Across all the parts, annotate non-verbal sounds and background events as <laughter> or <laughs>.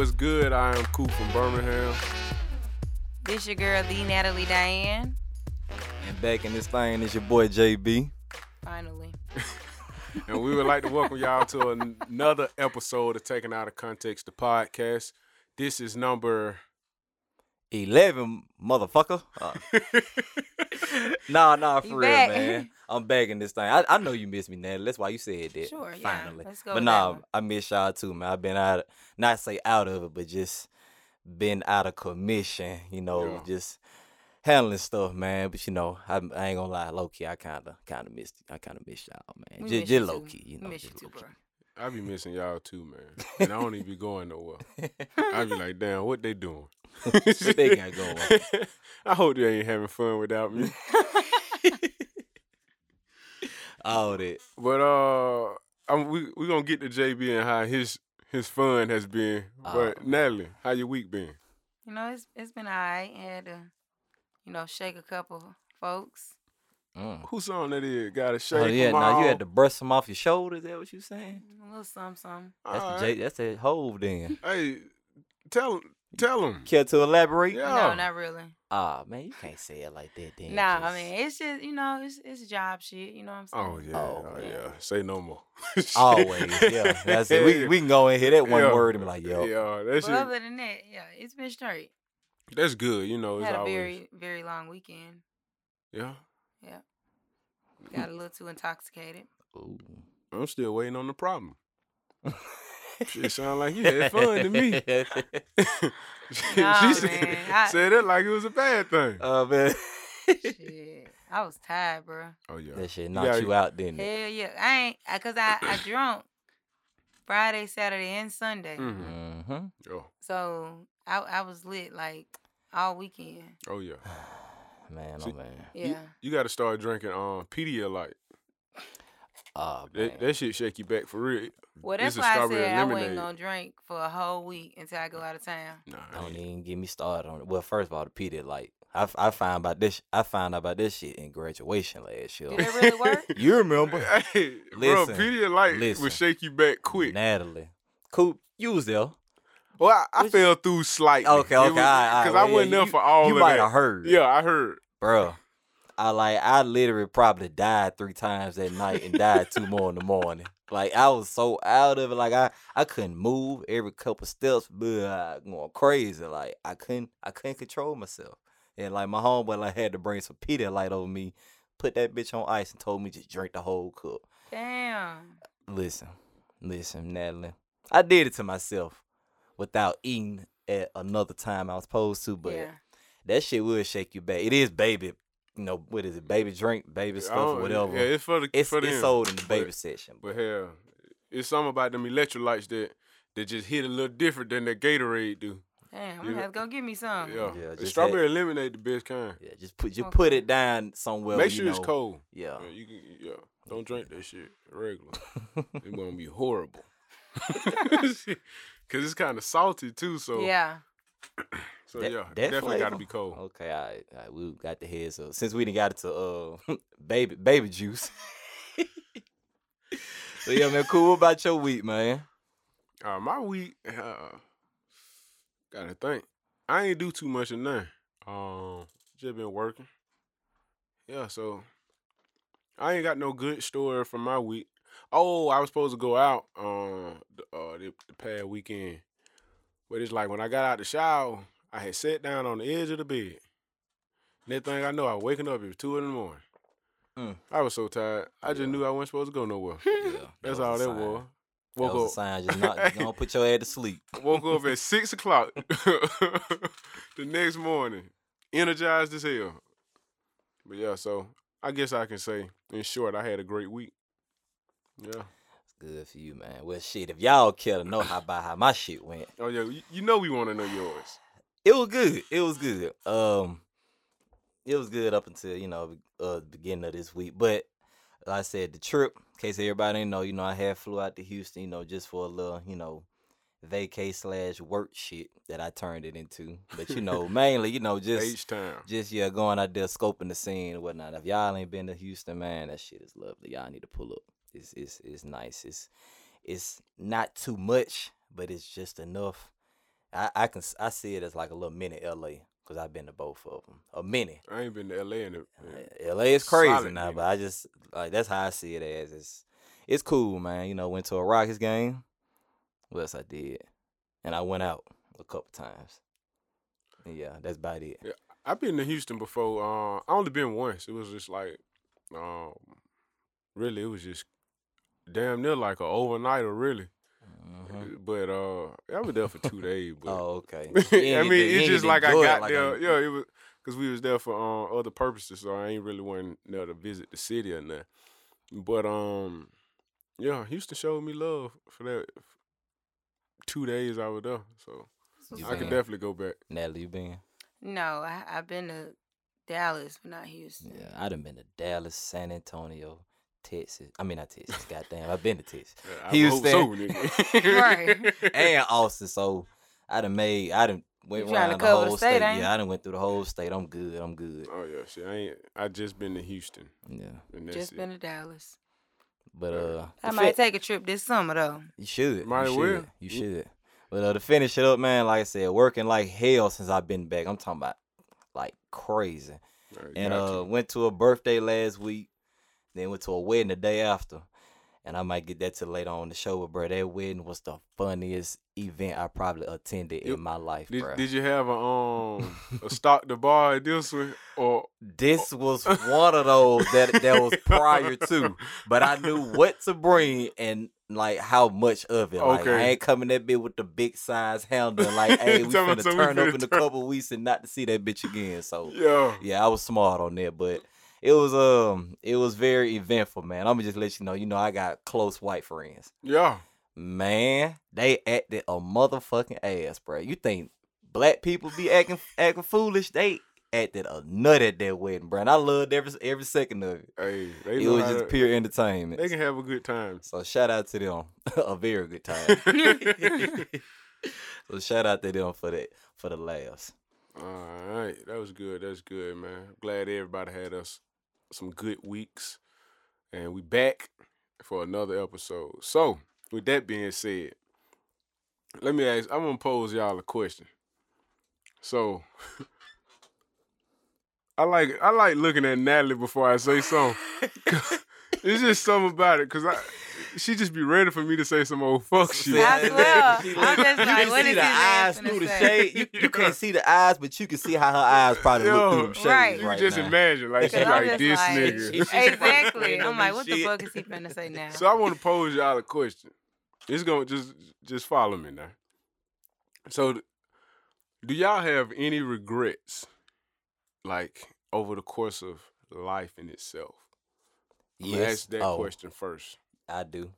I am Coop from Birmingham. This your girl, the Natalie Diane. And back in this thing is your boy JB. Finally. and we would like to welcome y'all to an- another episode of Taking Out of Context, the podcast. This is number. 11, motherfucker. <laughs> Uh, nah, nah, for You real, back. man. I'm back in this thing. I, I know you miss me, Natalie. That's why you said that. Sure, yeah. Finally. Let's go But with nah, that one. I miss y'all too, man. I've been out, of, not say out of it, but just been out of commission, you know, Yeah. just handling stuff, man. But you know, I, I ain't gonna lie, low key, I kind of, kind of missed, I kind of missed y'all, man. We Just, miss just you low too. key, We you know. miss you just too, low-key. bro. I be missing y'all too, man. And I don't even be going nowhere. I be like, damn, what they doing? <laughs> What <laughs> they got going? I hope they ain't having fun without me. All that. But uh, I'm, we we gonna get to JB and how his his fun has been. Oh. but Natalie, how your week been? You know, it's it's been alright. Had to, you know, shake a couple folks. Mm. Who song that is? Got a shake. Oh yeah, 'em now you all. had to brush them off your shoulders. Is that what you saying? A little something, something. That's All the right. J, that's the hove then. Hey, tell tell him. Care to elaborate? Yeah. No, not really. Ah man, you can't say it like that then. Nah, just- I mean, it's just you know, it's it's job shit. You know what I'm Oh saying? yeah, Oh, oh, man. yeah. Say no more. always. Yeah, that's <laughs> it. We, we can go and hear that one Yeah. word and be like, yo, Yeah, that But shit, other than that, yeah, it's been straight. that's good. You Oh, know, it's Had a always very very long weekend. yeah. Got a little too <laughs> intoxicated. ooh. I'm still waiting on the problem. <laughs> Shit sound like you had fun to me. <laughs> she Nah, said, man, I- said it like it was a bad thing. <laughs> Oh man, Shit, I was tired, bro. oh yeah. that shit Yeah, knocked you out, didn't it? Hell yeah, I ain't I- cause I I drunk Friday, Saturday, and Sunday. Mhm. Mm-hmm. <sighs> Oh, So I I was lit like all weekend. oh yeah. Man, oh See- man. You- Yeah. You, got to start drinking um Pedialyte. Oh man. That, that shit shake you back for real. Well, This that's is why I strawberry said I wasn't lemonade. gonna drink for a whole week until I go out of <laughs> town. Nah. I Don't ain't- even get me started on it. Well, first of all, the Peter like I, f- I found about this. I found out about this shit in graduation last year. Did it really work? <laughs> you remember? Hey, bro, Listen, Pedialyte listen. will shake you back <laughs> quick. Natalie. Coop, you was there. Well, I, I Which- fell through slightly. Okay, okay, all right, all right. Because Well, I yeah, wasn't there you- for all You of might that. have heard. Yeah, I heard. Bro. I like I literally probably died three times that night and died two more in the morning. Like I was so out of it. Like I, I couldn't move every couple steps, but I going crazy. Like I couldn't I couldn't control myself. And like my homeboy like had to bring some Peter light over me, put that bitch on ice and told me just drink the whole cup. Damn. Listen, listen, Natalie. I did it to myself without eating at another time I was supposed to, but yeah. that shit will shake you back. It is baby, you know, what is it? Baby drink, baby I stuff, don't- or whatever. Yeah, it's for the it's for them. it's sold in the baby But, section. but hell, it's something about them electrolytes that that just hit a little different than that Gatorade do. Damn. I'm you- gonna have to go give me some. Yeah, Yeah, The just strawberry lemonade the best kind. yeah, just put just put Okay. it down somewhere. Make you sure it's know, uh, cold. Yeah. Yeah, you can, yeah, don't drink that shit <laughs> regular. it won't be horrible. <laughs> Cause it's kind of salty too, so <laughs> Yeah. so That- yeah, that definitely got to flavor? be cold. Okay, all right, all right, we got the heads up. Since we didn't got it to uh <laughs> baby baby juice. <laughs> so yeah, man, cool about your week, man. Uh, my week, <laughs> uh, gotta think. I ain't do too much of nothing. Um, just been working. Yeah, so I ain't got no good story from my week. Oh, I was supposed to go out um the, uh, the, the past weekend, but it's like when I got out the shower, I had sat down on the edge of the bed. Next thing I know, I waking up. It was two in the morning. Mm. I was so tired. I just Yeah. knew I wasn't supposed to go nowhere. <laughs> Yeah, That's was a all that sign. was. That was Woke a up. sign. Just <laughs> not just don't put your head to sleep. Woke up at six o'clock <laughs> the next morning, energized as hell. But yeah, so I guess I can say, in short, I had a great week. Yeah. Good for you, man. Well, shit, if y'all care to know how about how my shit went, Oh yeah, you, you know we want to know yours. it was good. It was good. Um, it was good up until you know uh beginning of this week. But like I said, the trip. In case everybody didn't know, you know, I had flew out to Houston, you know, just for a little, you know, vacay slash work shit that I turned it into. But you know, mainly, you know, just H time. just yeah, going out there scoping the scene and whatnot. If y'all ain't been to Houston, man, that shit is lovely. Y'all need to pull up. It's it's it's nice. It's it's not too much, but it's just enough I, I can s- I see it as like a little mini LA because I've been to both of them. A mini. I ain't been to LA in a in- Uh, LA is crazy Solid, now, nigga. but I just like that's how I see it as. It's it's cool, man. You know, went to a Rockets game. What else I did? And I went out a couple times. And yeah, that's about it. I've been to Houston before. Uh, I only been once. It was just like, um, really, it was just damn near like a overnighter, really. Mhm. But uh, I was there for two days. But <laughs> Oh, <laughs> okay. You I ain't mean, even- you it's ain't just even like I enjoy it got like um there. I- yeah, it was because we was there for um, other purposes, so I ain't really went there to visit the city or nothing. But um, yeah, Houston showed me love for that two days I was there, so That's what's You I could been? up. definitely go back. Natalie, you been? No, I, I've been to Dallas, but not Houston. Yeah, I done been to Dallas, San Antonio, Texas. I mean, not Texas. goddamn, I've been <laughs> to Texas Uh, I hope so, nigga. <laughs> and Austin. So I done made. I done went You tryna around the cover the whole state, state. ain't you? Yeah, I done went through the whole state. I'm good. I'm good. Oh yeah, shit. I ain't. I just been to Houston, Yeah, and that's Just it. been to Dallas. but uh, I the might fit- take a trip this <laughs> summer though. you should. Might you as should. well. You Mm. should. But uh, to finish it up, man. Like I said, working like hell since I've been back. I'm talking about like crazy. All right, and got uh, you. went to a birthday last week. Then went to a wedding the day after, and I might get that to later on in the show. But bro, that wedding was the funniest event I probably attended Yep. in my life, did, bro. did you have a um <laughs> a stock the bar at this one or Oh. this was one of those Oh, that that <laughs> was prior to, but I knew what to bring and. Like how much of it? Like I Okay. ain't coming that bit with the big size handle. <laughs> and Like hey, we Tell me finna something, we turn up finna in a turn- couple weeks and not to see that bitch again. So <laughs> yeah yeah, I was smart on that, but it was um it was very eventful, man. I'm gonna just let you know, you know, I got close white friends. yeah Man, they acted a motherfucking ass, bro. You think black people be acting <sighs> acting foolish? They acted a nut at that wedding, bro. And I loved every every second of it. hey they It know was how just to, pure entertainment. they can have a good time So shout out to them. <laughs> a very <laughs> good time. <laughs> so shout out to them for that for the laughs. all right that was good that's good man glad everybody had us some good weeks and we back for another episode so with that being said let me ask i'm gonna pose y'all a question so <laughs> I like I like looking at Natalie before I say <laughs> something. It's just something about it, cause I she just be ready for me to say some old fuck shit. I See, swear. she I'm just like- you like, can what see is the this man eyes finna through the say? shade. You, you can't see the eyes, but you can see how her eyes probably look through Yo, them shades Right. right, You just now. imagine, like she Because I'm like just this like- <laughs> nigga. She's just exactly. random I'm like, what the shit. fuck is he <laughs> finna say now? So I want to pose y'all a question. It's gonna just just follow me now. So, th- do y'all have any regrets, like over the course of life in itself? I'm gonna Yes. ask that oh, question first. I do.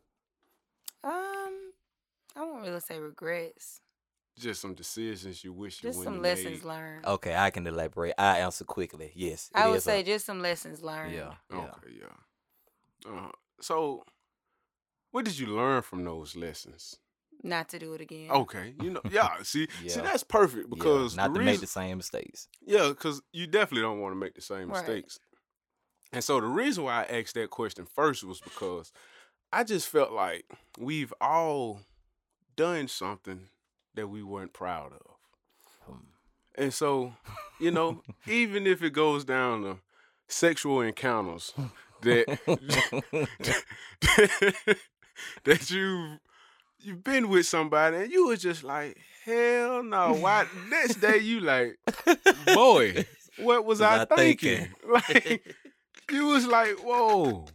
Um, I won't really say regrets. Just some decisions you wish you Just wouldn't some have lessons made. learned. Okay, I can elaborate. I answer quickly. Yes. I it would is say a, just some lessons learned. yeah, yeah. Okay, yeah. Uh, so, what did you learn from those lessons? Not to do it again. Okay, you know, yeah. See, see, Yeah. that's perfect yeah, because not the to reason, make the same <laughs> mistakes. Yeah, because you definitely don't want to make the same Right. mistakes. And so the reason why I asked that question first was because I just felt like we've all done something that we weren't proud of. Hmm. And so, you know, even if it goes down to sexual encounters that <laughs> that you you've been with somebody and you was just like, hell no, <laughs> why next day you like <laughs> boy, what was Was I, I thinking? thinking? <laughs> Like you was like, whoa,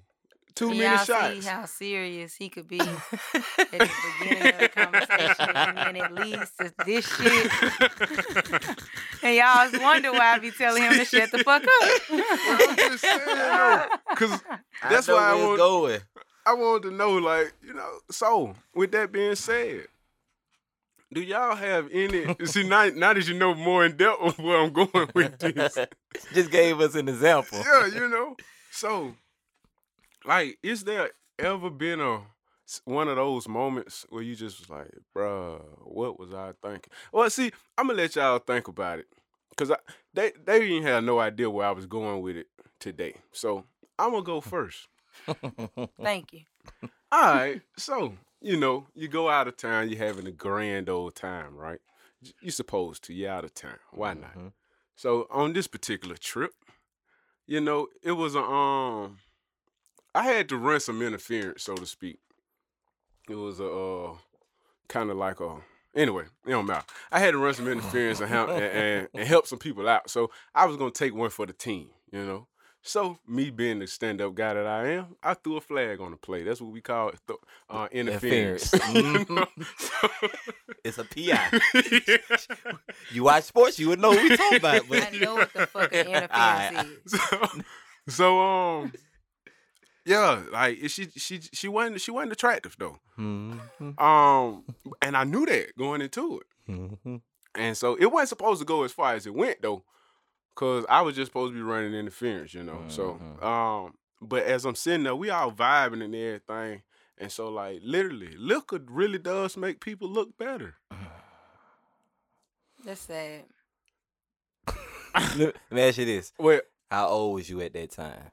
too Can many y'all shots. see how serious he <laughs> could be at the beginning of the conversation, and then it leads to this <laughs> shit. <laughs> and y'all just wonder why I be telling him to shut the fuck <laughs> I'm up. just saying though, cause that's I know why I where it's want- <laughs> going. I wanted to know, like, you know. So, with that being said, do y'all have any? see, now, now that you know more in depth of where I'm going <laughs> with this, Just gave us an example. yeah, you know. So, like, is there ever been a s- one of those moments where you just was like, bruh, what was I thinking? Well, see, I'm gonna let y'all think about it, cause I, they they didn't have no idea where I was going with it today. So, I'm gonna go first. <laughs> <laughs> Thank you. All right. So, you know, you go out of town, you're having a grand old time, right? you supposed to. You're out of town. Why not? Mhm. So on this particular trip, you know, it was a um I had to run some interference, so to speak. It was a uh, kind of like a anyway, it don't matter. I had to run some interference and, help, and, and, and help some people out. So I was gonna take one for the team, you know. So me being the stand-up guy that I am, I threw a flag on the play. That's what we call it, th- uh, interference. Interference. Mm. Mm-hmm. You know? So- It's a PI. <laughs> Yeah. you watch sports, you would know what we talking about. <laughs> I <laughs> But know what the fuck an interference Alright. <laughs> <laughs> is. so, so um yeah like it- she she she wasn't she wasn't attractive though Mhm, um and i knew that going into it mhm. and so it wasn't supposed to go as far as it went though because i was just supposed to be running interference you know Mhm. so um but as i'm sitting there we all vibing and everything and so like literally liquor really does make people look better That's sad. Let me ask you this: well How old was you at that time?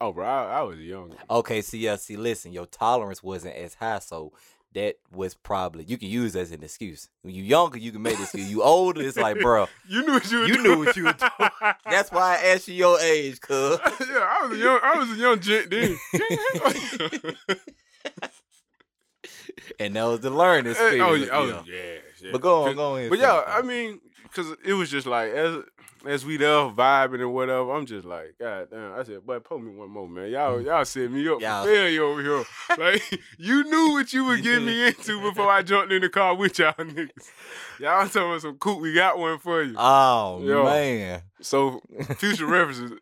oh bro i, I was young <laughs> Okay, see, yeah, see, listen, your tolerance wasn't as high, so that was probably you can use as an excuse. When you younger, you can make this. You older, it's like, bro, you knew what you were You knew doing. what you were <laughs> that's why I asked you your age, cuz. yeah, I was a young, I was a young gent then. And that was the learning Eh, spirit. oh, you yeah, oh, know. yeah, yeah. But go 'Cause- on, go on. But yeah, I mean, because it was just like as as we there vibing and whatever. I'm just like, God damn. I said, but pull me one more, man. Y'all, y'all set me up Mm. Y'all- for failure over <laughs> here. Like you knew what you You would get knew me into before I jumped in the car with y'all niggas. Y'all talking about some cool. We got one for you. oh Yo. man, So future references.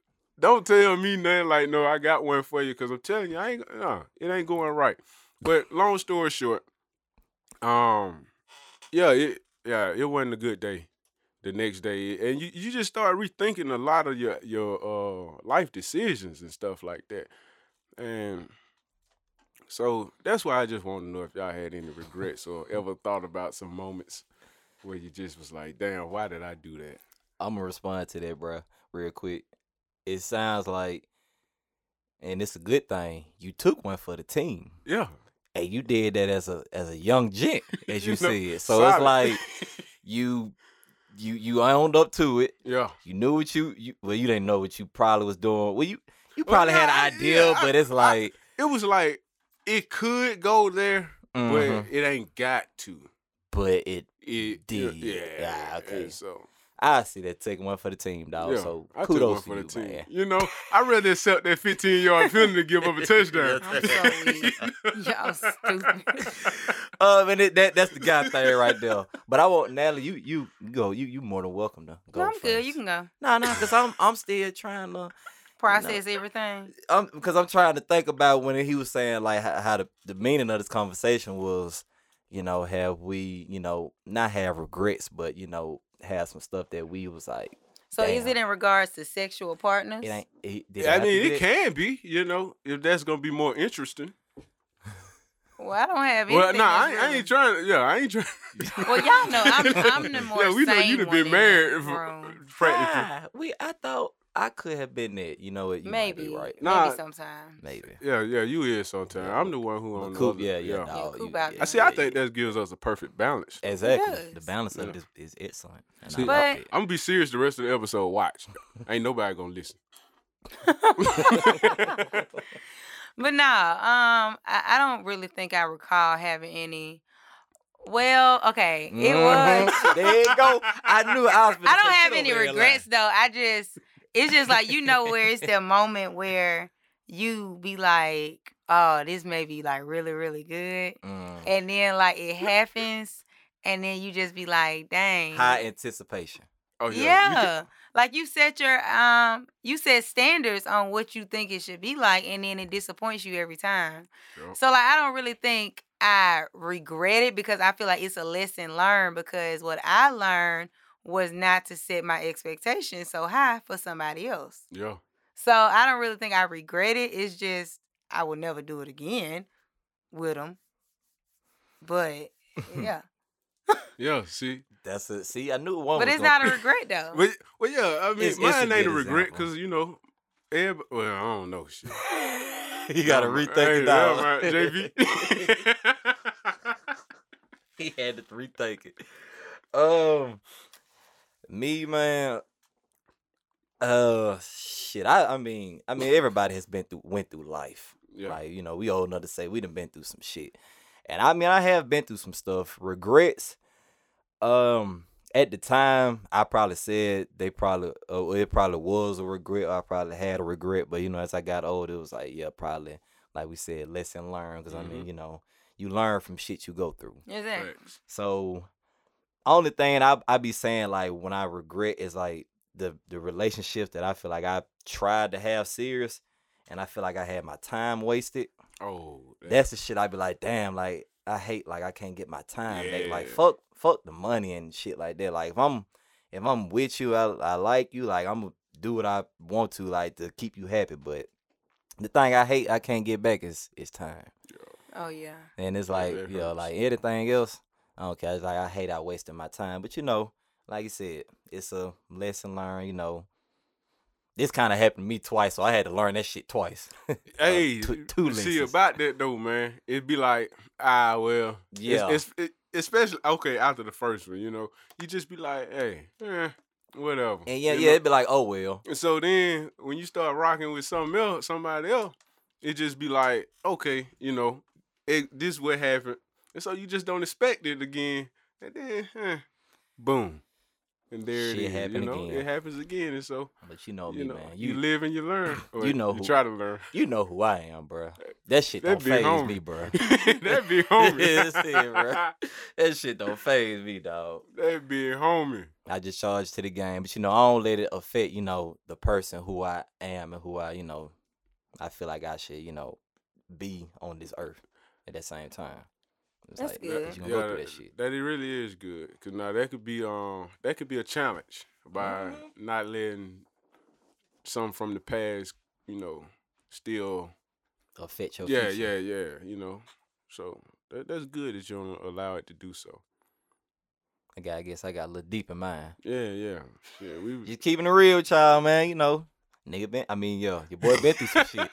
Don't tell me nothing like no, I got one for you because I'm telling you, I ain't no, it ain't going right. But long story short, um, yeah, it yeah, it wasn't a good day. The next day, and you, you just start rethinking a lot of your your uh life decisions and stuff like that, and so that's why I just want to know if y'all had any regrets or ever thought about some moments where you just was like, damn, why did I do that? I'm gonna respond to that, bro, real quick. It sounds like, and it's a good thing you took one for the team, Yeah, and you did that as a as a young gent, as you, <laughs> You know, said. So it's solid. <laughs> like you you you owned up to it. Yeah. You knew what you, you well, you didn't know what you probably was doing. Well, you you Well, probably had nah, an idea, yeah, I- but it's like It was like it could go there, mhm, but it ain't got to. but it It Did. Yeah. Ah, okay. and So I see that taking one for the team, dog. yeah, so I took one kudos for to the you, team. man. You know, I rather accept that 15 <laughs> yard penalty to give up a touchdown. I'm so weak. <laughs> <laughs> Y'all stupid. Um, and it, that that's the guy thing right there. But I want Natalie, you you go, you you more than welcome to go. No, I'm good. first. You can go. No, no, because I'm I'm still trying to Process everything. I'm because I'm trying to think about when he was saying like how, how the, the meaning of this conversation was, you know, have we, you know, not have regrets, but you know, have some stuff that we was like, So is Damn. it in regards to sexual partners? it ain't. It, did I have to mean, do it that? can be, you know, if that's gonna be more interesting. Well, I don't have anything. Well, nah, I, that's ain't- I really- ain't trying. To, yeah, I ain't trying. <laughs> Well, y'all know I'm, I'm the <laughs> more yeah, we know sane you'd have one in been the married for, room. practically. Ah, we. I thought I could have been there. You know what? You might be Maybe, right. Nah. maybe sometime. Maybe. Yeah, yeah, you is sometimes. Yeah, I'm the one who But on the Coop, other- yeah, yeah. dog, Coop you- out I there. see. I think that gives us a perfect balance. Exactly. The does. balance of Yeah. this is excellent. And See, I like But- it. I'm gonna be serious the rest of the episode. Watch. Ain't nobody gonna <laughs> listen. But no, um, I, I don't really think I recall having any. Well, okay, it Mm-hmm. <laughs> was. Mhm. there you go. I knew I was. finna <laughs> I don't say, "Get have over any there, lie." regrets though. I just it's just like you know where it's that moment where you be like, oh, this may be like really really good, Mm. and then like it happens, and then you just be like, dang, High anticipation. Oh yeah. you can- Like you set your um you set standards on what you think it should be like and then it disappoints you every time. Yup. So like I don't really think I regret it because I feel like it's a lesson learned because what I learned was not to set my expectations so high for somebody else. yeah. So I don't really think I regret it. It's just I will never do it again with them. But yeah. Yeah, see. That's it. See, I knew one. but was it's Oh, gonna- not a regret though. <laughs> But well yeah, I mean It's- it's a mine ain't a good regret example. because you know, every, well, I don't know shit. <laughs> you gotta Never mind. rethink Hey, it, never mind, dog. <laughs> JV. he had to rethink it. Um, me, man. Uh, shit. I, I mean, I mean, everybody has been through went through life. <laughs> <laughs> Yeah. Like you know, we old enough to say we done been through some shit, and I mean, I have been through some stuff. Regrets. Um, at the time, I probably said they probably uh, it probably was a regret. Or I probably had a regret, but you know, as I got older, it was like yeah, probably like we said, lesson learned. Because I mean, you know, you learn from shit you go through. Is that? Facts. So only thing I I be saying like when I regret is like the the relationship that I feel like I tried to have serious and I feel like I had my time wasted. Oh, that- That's the shit I be like, damn, like I hate like I can't get my time back. Like Yeah. fuck fuck the money and shit like that. Like if I'm if I'm with you, I I like you, like I'm gonna do what I want to, like to keep you happy. But the thing I hate I can't get back is is time. Oh yeah. And it's Yeah, like, that you know, hurts. like anything else, I don't care. It's like I hate I wasting my time. But you know, like you said, it's a lesson learned, you know. This kind of happened to me twice, so I had to learn that <laughs> shit twice. hey, Uh, two- two see lenses. about that though, man. It'd be like, ah, well, it's- Yeah. It's, it, especially okay after the first one, you know, you just be like, hey, eh, whatever. and yeah, you yeah, know? it'd be like, oh well. And so then when you start rocking with something else, somebody else, it just be like, okay, you know, it, this what happened. And so you just don't expect it again. And then eh, boom. And there Shit it is. You happen know, again. it happens again. And so, But you know you me, know, man. you, You live and you learn. Or you know you who- try to learn. you know who I am, bruh. That shit That don't be phase homie. me, bruh. <laughs> that <laughs> be homie. That's it, bro. That shit don't phase me, dog. <laughs> that be homie. I just charge to the game, but you know, I don't let it affect, you know, the person who I am and who I, you know, I feel like I should, you know, be on this earth at that same time. It's That's like, good. You gonna go through that shit. that it really is good. Cause now that could be um that could be a challenge by not letting some from the past, you know, still Affect your yeah, future. yeah, yeah, you know. So that, that's good that you don't allow it to do so. I, got, I guess I got a little deep in mind. Yeah, yeah. Yeah, we Just keeping it real, child, man. You know, nigga been. I mean, yo, your boy been <laughs> through some shit.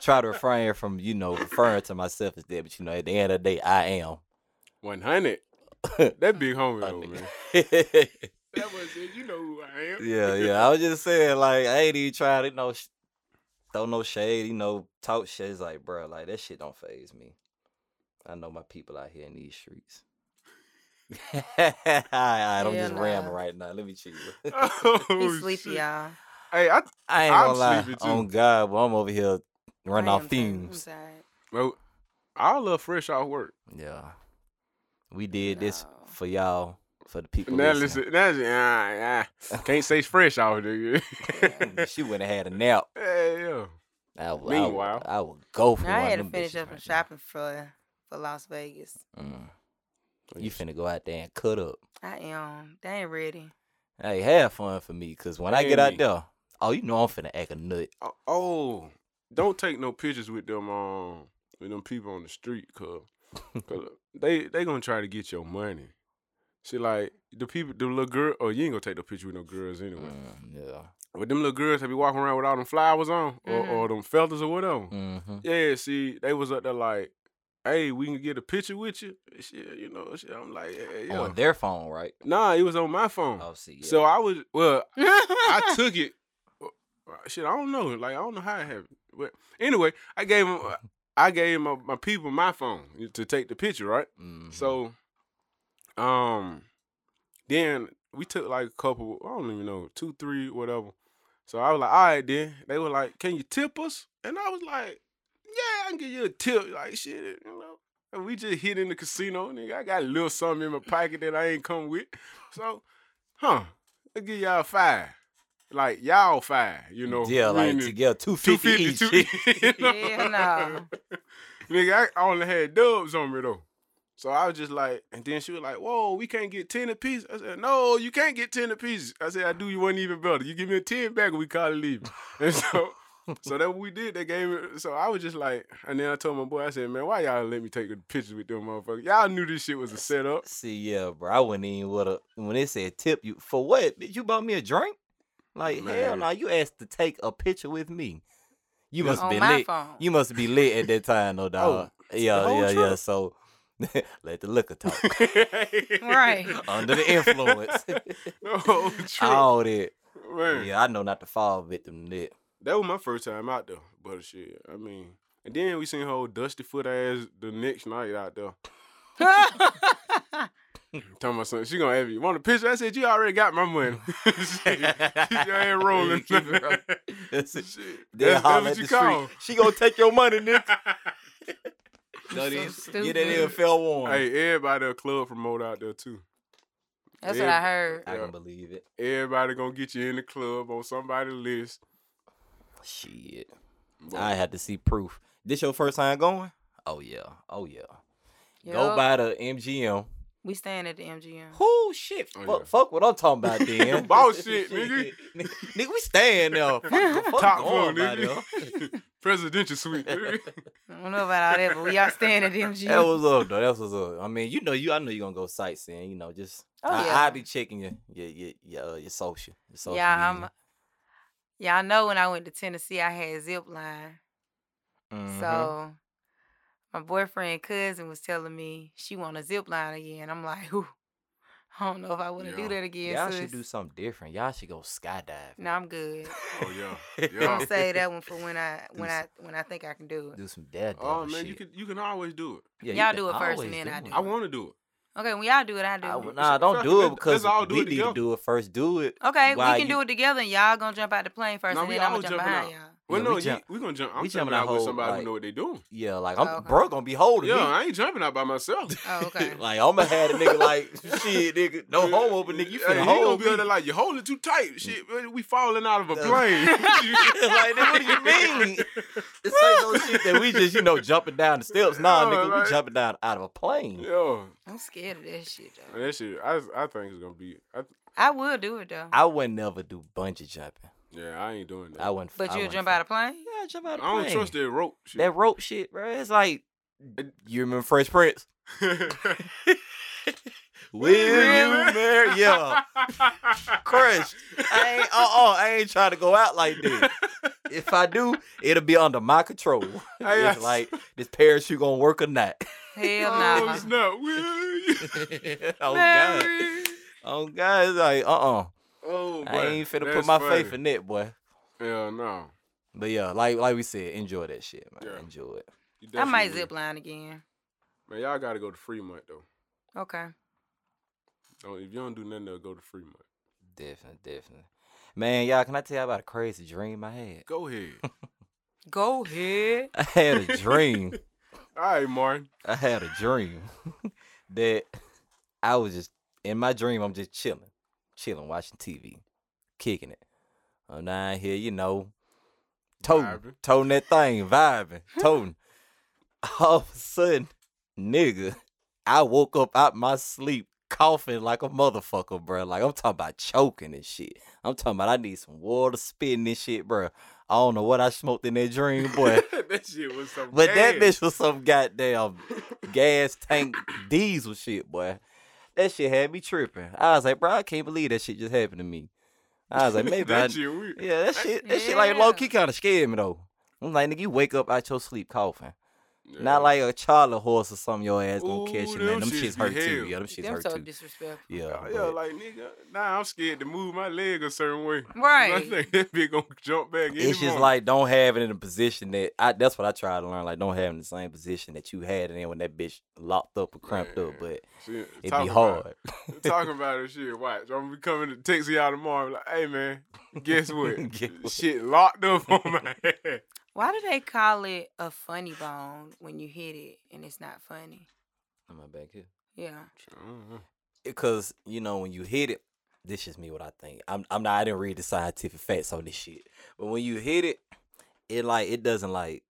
Try to refrain from, you know, referring to myself as that, but you know, at the end of the day, I am. one hundred. That big <laughs> homie though, man. yeah, That was it. You know who I am. <laughs> yeah. I was just saying, like, I ain't even trying to, you know, sh- throw no shade, you know, talk shit. It's like, bro, like, that shit don't phase me. I know my people out here in these streets. <laughs> all right, all right, I'm Yeah, just nah. rambling right now. Let <laughs> me chill. <laughs> Oh, Be sleepy, shit. y'all. Hey, I I ain't I'm gonna lie. sleepy too. On God, well, I'm over here running I off am tired. I'm fumes. tired. well, I love fresh out work. Yeah. We did this No. for y'all, for the people. Now listen, listening. now listen, ah, ah. can't say fresh out here. she would have had a nap. <laughs> hey, yo. <laughs> I would, Meanwhile. I would, I would go for Now I one had to of them finish bitches up some right now. shopping for for Las Vegas. Uh, Mm. You finna go out there and cut up. I am. They ain't ready. Hey, have fun for me, cause when I get out Hey. there, oh, you know I'm finna act a nut. Oh, oh, don't take no pictures with them um with them people on the street, <laughs> cause, 'cause they they gonna try to get your money. She like the people, the little girl. Oh, you ain't gonna take no picture with no girls anyway. Mm, yeah. But them little girls that be walking around with all them flowers on, or, Mhm. or them feathers or whatever. Mm-hmm. Yeah, see, they was up there like, "Hey, we can get a picture with you." Shit, you know. Shit, I'm like, "Yeah, yeah." On their phone, right? Nah, it was on my phone. Oh, see. Yeah. So I was well, I <laughs> <laughs> I took it. uh, Shit, I don't know. Like I don't know how it happened. But anyway, I gave him. I gave my, my people my phone to take the picture, right? Mhm. So, um, then we took like a couple. I don't even know two, three, whatever. So I was like, all right, then they were like, can you tip us? And I was like, yeah, I can give you a tip. Like shit, you know. And we just hit in the casino, nigga. I got a little something in my pocket that I ain't come with. So, huh? I give y'all five. Like y'all five, you know. yeah, We in like the- together two Two fifty fifty <laughs> each. <laughs> two. Yeah, no. Nigga, I only had dubs on me though. So I was just like, and then she was like, "Whoa, we can't get ten apiece." I said, "No, you can't get ten apiece." I said, "I do you one even better. You give me a ten back, and we call it leaving." <laughs> And so, so that what we did. They gave it. So I was just like, and then I told my boy, I said, "Man, why y'all let me take the pictures with them motherfuckers? Y'all knew this shit was a setup." <laughs> See, yeah, bro. I wouldn't even would have when they said tip you for what? Bitch, you bought me a drink? Like hell Man. no, you asked to take a picture with me. You must on be my lit. phone. <laughs> <laughs> You must be lit at that time, no dog. yeah, Oh, whole yeah, yeah. trip? So <laughs> Let the liquor talk. Right. Under <laughs> the influence. <laughs> No, true. All that. Man. Yeah, I know not to fall victim to that. That was my first time out there. But shit, I mean, and then we seen her old dusty foot ass the next night out there. Talking about something, she gonna have you want a picture? I said you already got my <laughs> money. <laughs> Shit, Keep your head rolling. <laughs> Keep <laughs> it rolling. That's it. Shit. That's, that's Then holler what at you the street. She gonna take your money, <laughs> nigga. call. No, so this- stupid. Get that in fair warning. hey, everybody a club promoter out there too. <laughs> That's what I heard. I yeah. can believe it. Everybody gonna get you in the club on somebody's list. Shit. I had to see proof. This your first time going? Oh yeah. Oh yeah. Go Yup. by the MGM. We staying at the MGM. Who shit? Oh, fuck, yeah. fuck what I'm <laughs> talking about then. Boss <laughs> shit, nigga. N- nigga, we staying <laughs> there. Fuck, fuck Top floor, going by nigga. <laughs> Presidential suite. nigga. I don't know about all that, but we all staying at the MGM. there. <laughs> That was up though. That was up. I mean, you know, you. I know you gonna go sightseeing. You know, just Oh, I, yeah. I be checking your your your your, uh, your social. Your social yeah, media. I'm. Yeah, I know when I went to Tennessee, I had zip line. Mhm. So my boyfriend cousin was telling me she want a zip line again. I'm like, Ooh, I don't know if I want to Yeah. do that again. y'all sis. should do something different. Y'all should go skydive. No, I'm <laughs> good. oh yeah. I'm Yeah. gonna save that one for when I Do when I when I think I can do it. Do some dad. <laughs> Oh man, you can you can always do it. Yeah, Y'all can do it first and always then do I it. do I want to do it. Okay, when y'all do it, I do. I it. would- nah, don't fuck do it, it let's because all do we it need together. to do it first. Do it. Okay, Why we can you- do it together, and y'all gonna jump out the plane first, No, and we then I'm all gonna jump jumping behind out. <laughs> y'all. Well, Yeah, no, we you, jump- we gonna jump. I'm we jumping jumping out out with whole, somebody like- who know what they doing. Yeah, like I'm Okay. bro gonna be holding Yeah, me. I ain't jumping out by myself. Oh, okay. like I'ma have a nigga like <laughs> shit, nigga. No homo, but nigga, you Hey, finna he gonna hold be me. under like you hold it too tight. Shit, man, we falling out of a No. plane. <laughs> <laughs> like, nigga, what do you mean? <laughs> It's like no shit that we just you know jumping down the steps. Nah, No, nigga, like- we jumping down out of a plane. Yo, I'm scared of that shit. Though. <laughs> man, that shit. I I think it's gonna be. I, I will do it though, I would never do bungee jumping. yeah, I ain't doing that. I wouldn't. but I you'll wouldn't jump fuck- out of plane. Yeah, jump out I of plane. don't trust that rope. Shit. that rope shit, bro. It's like you remember Fresh Prince. Will you marry? Yeah. <laughs> <laughs> crushed. I ain't, uh-uh, I ain't trying to go out like this. If I do, it'll be under my control. <laughs> Hey, it's I- like this parachute gonna work or not. <laughs> Hell no. Oh snap! Will you? oh god. Oh god, it's like uh-uh. <laughs> Oh, boy. I ain't finna put That's my funny. faith in it, boy. Hell no. But yeah, like like we said, enjoy that shit, man. Yeah. Enjoy it. You I might definitely- zip line again. Man, y'all gotta go to Fremont though. Okay. Don't- If you don't do nothing, they'll go to Fremont. Definitely, definitely. Man, y'all, can I tell you about a crazy dream I had? <laughs> Go ahead. <laughs> Go ahead. I had a dream. All right, Martin. I had a dream <laughs> that I was just in my dream. I'm just chilling, chilling, watching TV, kicking it. I'm down here, you know, toting, Vibing. toting that thing, vibing, toting. All of a sudden, nigga, I woke up out my sleep coughing like a motherfucker, bruh. Like I'm talking about choking and shit. I'm talking about I need some water spitting and shit, bruh. I don't know what I smoked in that dream, boy. <laughs> that shit was so But that bad. bitch was some goddamn gas tank diesel shit, boy. That shit had me tripping. I was like, bro, I can't believe that shit just happened to me. I was like, maybe <laughs> I, that shit weird. yeah, that shit, that shit like low Yeah. key kind of scared me though. I'm like, nigga, you wake up out your sleep coughing. Yeah. Not like a Charlotte horse or something. Your ass gonna catch Ooh, you, man. them Them shits shits be hurt too. hell. Yeah, them shits Them hurt so too. disrespectful. Yeah, Yeah, but- like nigga, nah, I'm scared to move my leg a certain way. <laughs> I Right. think that bitch gonna jump back. any It's just moment. like don't have it in a position that I. That's what I try to learn. Like don't have it in the same position that you had, and then when that bitch locked up or cramped up, Man, but Shit, it'd be talking hard. About it. <laughs> talking about it, shit. Watch, I'm gonna be coming to text y'all tomorrow. Like, hey man, guess what? <laughs> Guess what? Shit <laughs> locked up on <laughs> my head. Why do they call it a funny bone when you hit it and it's not funny? Am I back here? Yeah. Because you know when you hit it, this is me what I think. I'm I'm not. I didn't read the scientific facts on this shit, but when you hit it, it like it doesn't like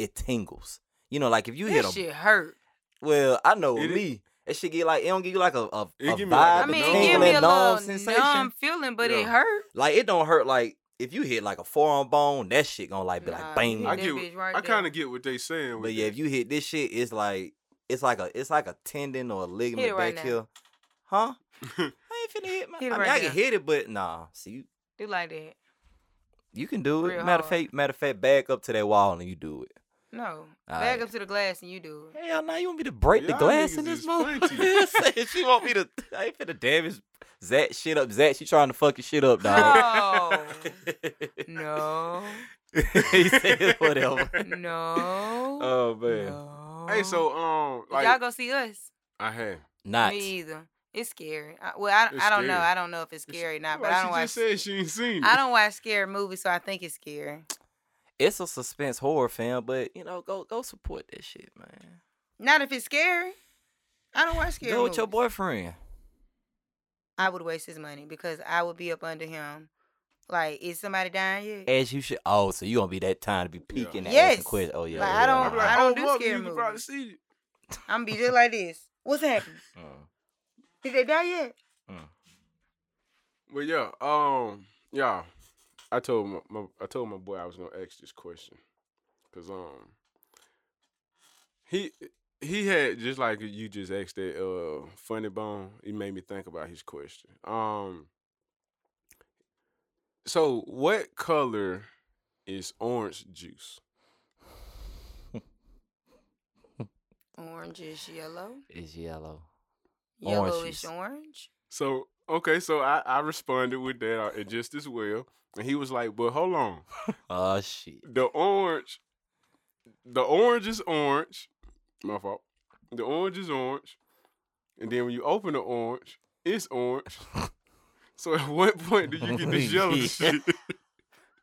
it tingles. You know, like if you this hit a shit hurt. well, I know It with is- me, it should get like it don't give you like a a, It a give vibe, me like I a mean, numb- it give me a tingling, numb little numb feeling, but it Yeah. hurt. Like it don't hurt like if you hit like a forearm bone, that shit gonna like be Nah, like you bang. I that get, bitch what- right I there. kind of get what they saying. But With yeah, that. if you hit this shit, it's like it's like a it's like a tendon or a ligament it right back now. here. Huh? I ain't finna hit my Hit it I, mean, right I can now. hit it, but nah. See you Do like that. you can do it. Real matter of hard. fact matter of fact, back up to that wall and you do it. No. All Back right. up to the glass and you do it. Hell nah, you want me to break the Y'all glass niggas in this is motherfucker? <laughs> she want me to. I ain't finna damage Zach shit up. Zach, she trying to fuck his shit up, dog. No. no. <laughs> <laughs> he said <laughs> whatever. No. Oh no. Hey, so um, Did like y'all go see us? I had. Not. Me either. It's scary. I, well, I, It's I don't know. scary. I don't know if it's scary or not, but I don't she watch. just said she ain't seen it. I don't watch scary movies, so I think it's scary. It's a suspense horror film, but you know, go go support that shit, man. Not if it's scary. I don't watch scary. Go with your movies. boyfriend. I would waste his money because I would be up under him. Like, is somebody dying yet? As you should. Oh, so you gonna be that time to be Yeah. peeking at Yes. asking questions. Oh yeah. Like, yeah, I I don't- be like, I don't oh, do look, scary you could probably movies. see it. I'm be just like this. What's happening? yeah. Mm. Did they die yet? But yeah, um, yeah, I told my, my I told my boy I was gonna ask this question, cause um, he he had just like you just asked that uh funny bone. He made me think about his question. Um, so what color is orange juice? Orange is yellow. It's yellow. Yellow is Oranges. orange. <laughs> So okay, so I I responded with that uh, just as well, and he was like, "But hold on, Oh shit. <laughs> the orange, the orange is orange. My fault. The orange is orange, and then when you open the orange, it's orange. <laughs> so at what point do you get this yellow <laughs> Yeah. shit?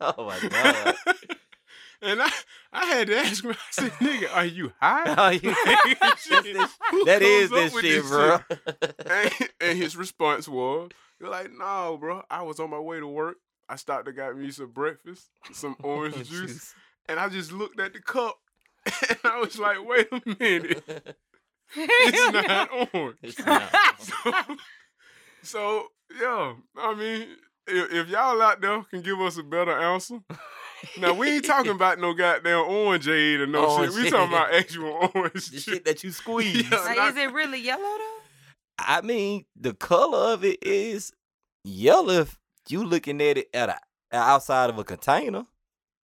Oh my <laughs> god. and I, I had to ask him. I said, "Nigga, are you high?" Oh, you- <laughs> <laughs> that's this- Who that is comes this up with shit, <laughs> bro. And, and his response was, "You're like, no, bro. I was on my way to work. I stopped and got me some breakfast, some orange <laughs> juice, and I just looked at the cup, <laughs> and I was like, wait a minute." it's not orange. <laughs> It's not. <laughs> So, so yeah, I mean, if, if y'all out there can give us a better answer, now we ain't talking about no goddamn orange aid or no Orange shit. We talking about aid. actual <laughs> orange the juice. shit that you squeeze. <laughs> Yeah. Like, not- is it really yellow though? I mean, the color of it is yellow. If you looking at it at a, outside of a container,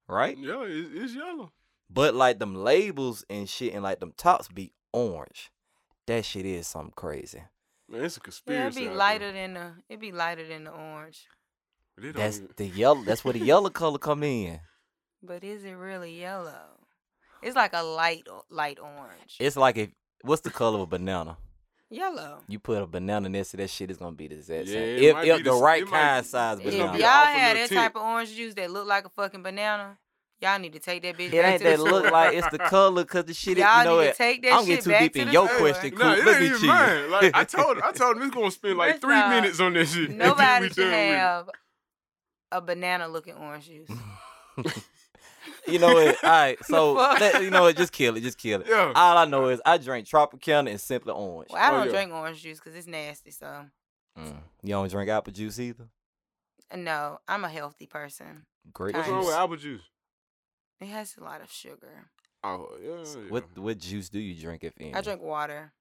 right? Yeah, it, it's yellow. But like them labels and shit, and like them tops be orange. That shit is something crazy. Man, it's a Yeah, conspiracy. it'd be out there. lighter than the. It'd be lighter than the orange. But it don't That's <laughs> even- the yellow. That's where the yellow color <laughs> come in. But is it really yellow? It's like a light, o- light orange. It's like if what's the color of a banana? yellow. You put a banana next to that shit, it's gonna be the exact Yeah, same. it If, might if be the, the s- right it might- kind size It's If gonna y'all be banana. an awful had little that tint. type of orange juice that look like a fucking banana, y'all need to take that bitch. It back ain't to the that look store. like it's the color because the shit. is- Y'all you know need it. to take that I'm shit getting too back deep to in the your <laughs> store. question. No, Coop. it ain't Look at even you. mine. Like I told, I told him it's gonna spend like First three off, minutes on this shit. <laughs> and then we uh, Nobody should done with it. have a banana looking orange juice. you <laughs> know it. All right, so fuck? let- you know it. Just kill it. Just kill it. Yeah. All I know is I drink Tropicana and Simply Orange. Well, I Oh, don't yeah. drink orange juice because it's nasty. So Mm. You don't drink apple juice either. no, I'm a healthy person. Grape What's What's wrong juice. with apple juice? It has a lot of sugar. Oh yeah, yeah. What what juice do you drink if any? I drink water.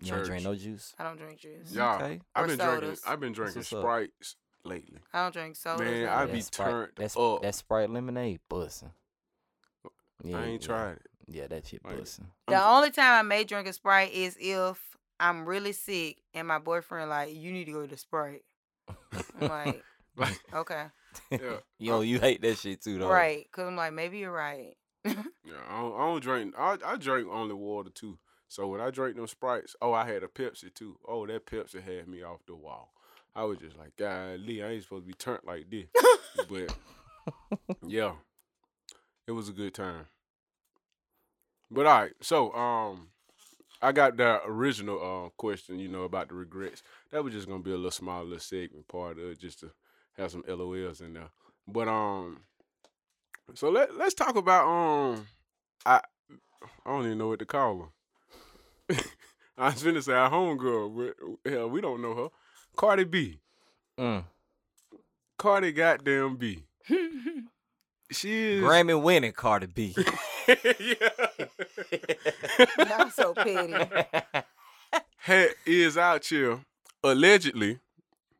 You don't Church. drink no juice. I don't drink juice. Yeah. Y'all, Okay. I've or been drinking. sodas. I've been drinking what's up. sprites lately. I don't drink soda. Man, I Yeah, be that Sprite- turned that's, up. That Sprite lemonade bussin'. Yeah, I ain't yeah. tried it. <laughs> Yeah, that shit Like- bussin'. The only time I may drink a Sprite is if I'm really sick and my boyfriend like, you need to go to Sprite. I'm like, Like, <laughs> okay, yeah, You know, you hate that shit too, though. right? Because I'm like, maybe you're right. <laughs> yeah, I don't, I don't drink. I, I drink only water too. So when I drink them sprites, oh, I had a Pepsi too. Oh, that Pepsi had me off the wall. I was just like, golly, I ain't supposed to be turned like this. but yeah, it was a good time. But all right, so um, I got the original uh question, you know, about the regrets. That was just gonna be a little small little segment part of it, just to have some LOLs in there. But um, so let let's talk about um, I I don't even know what to call her. <laughs> I was finna say our homegirl, but hell, we don't know her. Cardi B, Mm. Cardi goddamn B. She is Grammy winning <laughs> Cardi B. <laughs> yeah. Y'all so petty. Hat is out here allegedly.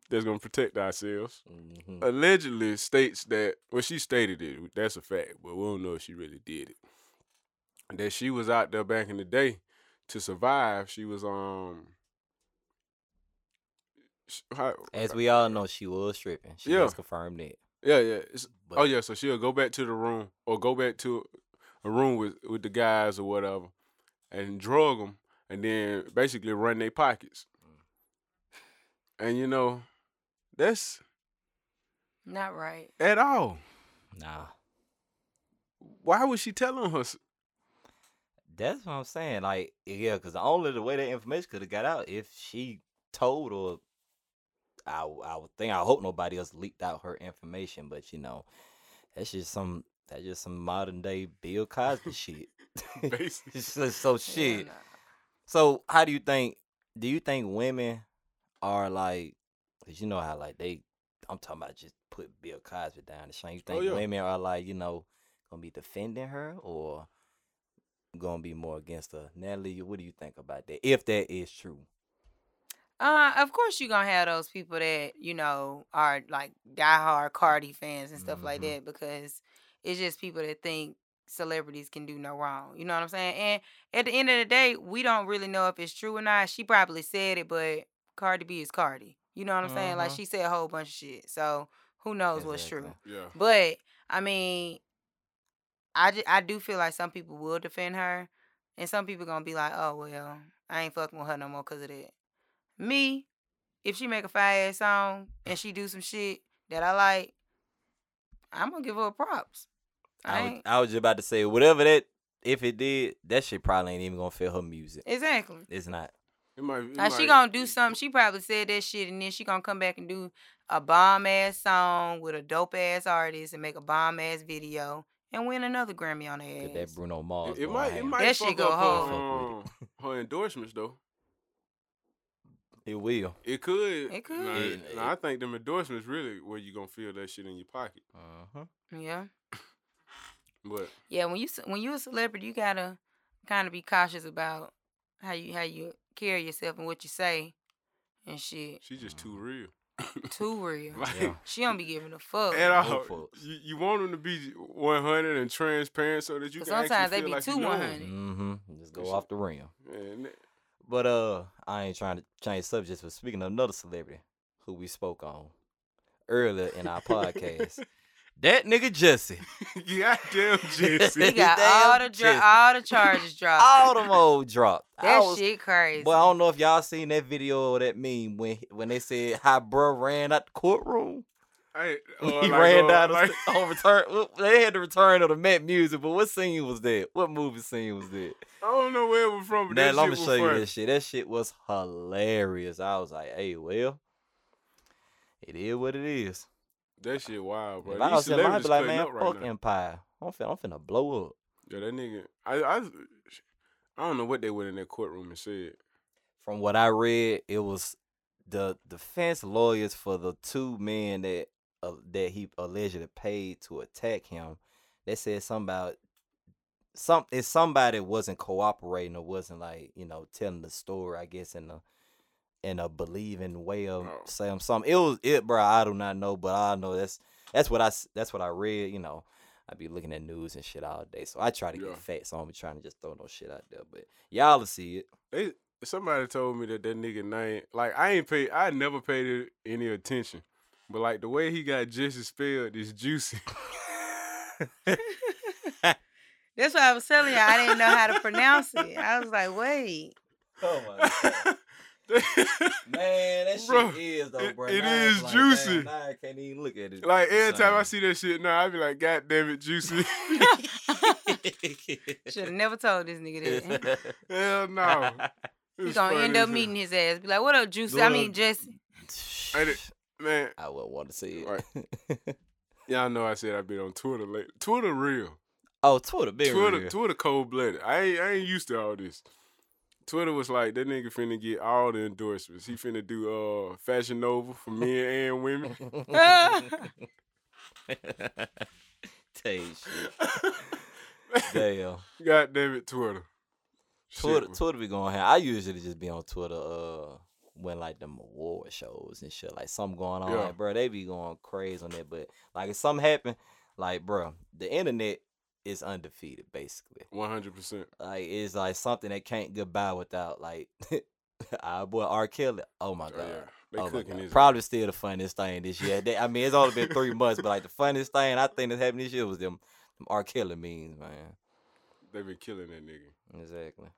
That's gonna protect ourselves. Mhm. Allegedly states that well, she stated it. That's a fact, but we don't know if she really did it. that she was out there back in the day to survive. She was um. sh- how- As we all know, she was stripping. She Yeah. has confirmed that. yeah, yeah. it's- But oh yeah, so she'll go back to the room or go back to a room with with the guys or whatever, and drug them, and then basically run their pockets. And you know, that's Not right. <laughs> at all. Nah. Why was she telling her? <laughs> s- That's what I'm saying. Like, yeah, because the only the way that information could have got out if she told or I, w- I would think I hope nobody else leaked out her information, but you know, that's just some that's just some modern day Bill <laughs> Cosby shit. Basically. It's just <laughs> so Yeah, shit. nah. So how do you think? Do you think women are like? Cause you know how like they. I'm talking about just put Bill Cosby down the shame. You Oh, think yeah. women are like you know gonna be defending her or gonna be more against her? Natalie, what do you think about that? If that is true, Uh, of course you're gonna have those people that, you know, are like diehard Cardi fans and stuff like Mhm. that because it's just people that think celebrities can do no wrong. You know what I'm saying? And at the end of the day, we don't really know if it's true or not. She probably said it, but Cardi B is Cardi. You know what I'm saying? Like Mhm. she said a whole bunch of shit. So who knows what's Exactly. true. Yeah. But I mean, I, ju- I do feel like some people will defend her, and some people gonna be like, oh well, I ain't fucking with her no more because of that. Me, if she make a fire ass song and she do some shit that I like, I'm gonna give her props. I I, was, ain't- I was just about to say whatever that. If it did, that shit probably ain't even gonna fit her music. exactly. It's not. It might, it Now she might- gonna do something. She probably said that shit, and then she gonna come back and do a bomb ass song with a dope ass artist and make a bomb ass video and win another Grammy on her ass. Get that Bruno Mars. It, it going might. It ham. might That shit Oh, fuck go up her, hard. um, <laughs> her endorsements though. It will. It could. It could. Nah, It- nah, I think them endorsements really where you gonna feel that shit in your pocket. Uh-huh. yeah. But Yeah, when you ce- when you a celebrity, you gotta kind of be cautious about how you how you carry yourself and what you say and shit. she's just too Mhm. real. <laughs> Too real. Like, Yeah. She don't be giving a fuck. At No all, fucks. you, you want them to be 100 and transparent so that you 'Cause can actually sometimes they feel be like you too know 'em. 100. Mm-hmm. Just go That off shit- the rim. Man, <laughs> that- But uh, I ain't trying to change subjects. But speaking of another celebrity who we spoke on earlier in <laughs> our podcast, that nigga Jesse, <laughs> Goddamn Jesse. He got Damn all the dra- Jesse. all the charges dropped. all them old dropped. I that was, shit crazy. But I don't know if y'all seen that video or that meme when when they said how bro ran out the courtroom. <laughs> I, He or like, ran uh, down like- the on return. what- They had the return of the Met music, but what scene was that? What movie scene was that? I don't know where it was from, but Now <laughs> that let shit me was show you funny. this shit. That shit was hilarious. I was like, hey, well, it is what it is. That shit wild, bro. if I These was him, I'd celebrities be like, cutting man, up fuck right now. Empire. I'm finna, I'm finna blow up. Yeah, that nigga. I, I, I don't know what they went in that courtroom and said. From what I read, it was the defense lawyers for the two men that uh, that he allegedly paid to attack him. They said something about some if somebody wasn't cooperating or wasn't like you know telling the story, I guess in a in a believing way of Oh. saying something. It was it, bro. I do not know, but I know that's that's what I s- that's what I read. You know, I be looking at news and shit all day, so I try to Yeah. get facts. So I'm trying to just throw no shit out there, but y'all will see it. They, somebody told me that that nigga name, like I ain't paid, I never paid it any attention, but like the way he got Jesse spelled is <laughs> juicy. That's why I was telling you I didn't know how to pronounce it. I was like, <laughs> wait. Oh my <laughs> man, that shit Bro, is though, it- bro. it Now it's is like, juicy. Damn, now I can't even look at it. like the every time I see same. that shit now, I be like, God damn it, <laughs> juicy. <laughs> Should have never told this nigga that. Hell <laughs> <laughs> no. <laughs> He It's gonna funny end as up hell. meeting his ass. Be like, what up, Juicy? I What mean, up? Jesse. did- man. I wouldn't want to see it. Y'all know I said I've been on Twitter late. Twitter real. <laughs> oh, Twitter, big Twitter, real. Twitter cold blooded. I ain't, I ain't used to all this. Twitter was like that nigga finna get all the endorsements. He finna do uh Fashion Nova for men and women. <laughs> <laughs> Taste shit. Damn. God damn it, Twitter. Shit Twitter, was- Twitter be going here. I usually just be on Twitter uh when like them award shows and shit, like something going on. Yeah. Like, bro, they be going crazy on that. But like if something happen, like bro, the internet is undefeated basically. One hundred percent. Like it's like something that can't get by without like <laughs> our boy R. Kelly. Oh my god. Yeah, they Oh my cooking God. this. Probably still the funniest thing this year. They- I mean, it's only been three months, but like <laughs> the funniest thing I think that happened this year was them, them R. Kelly memes, man. They been killing that nigga. Exactly.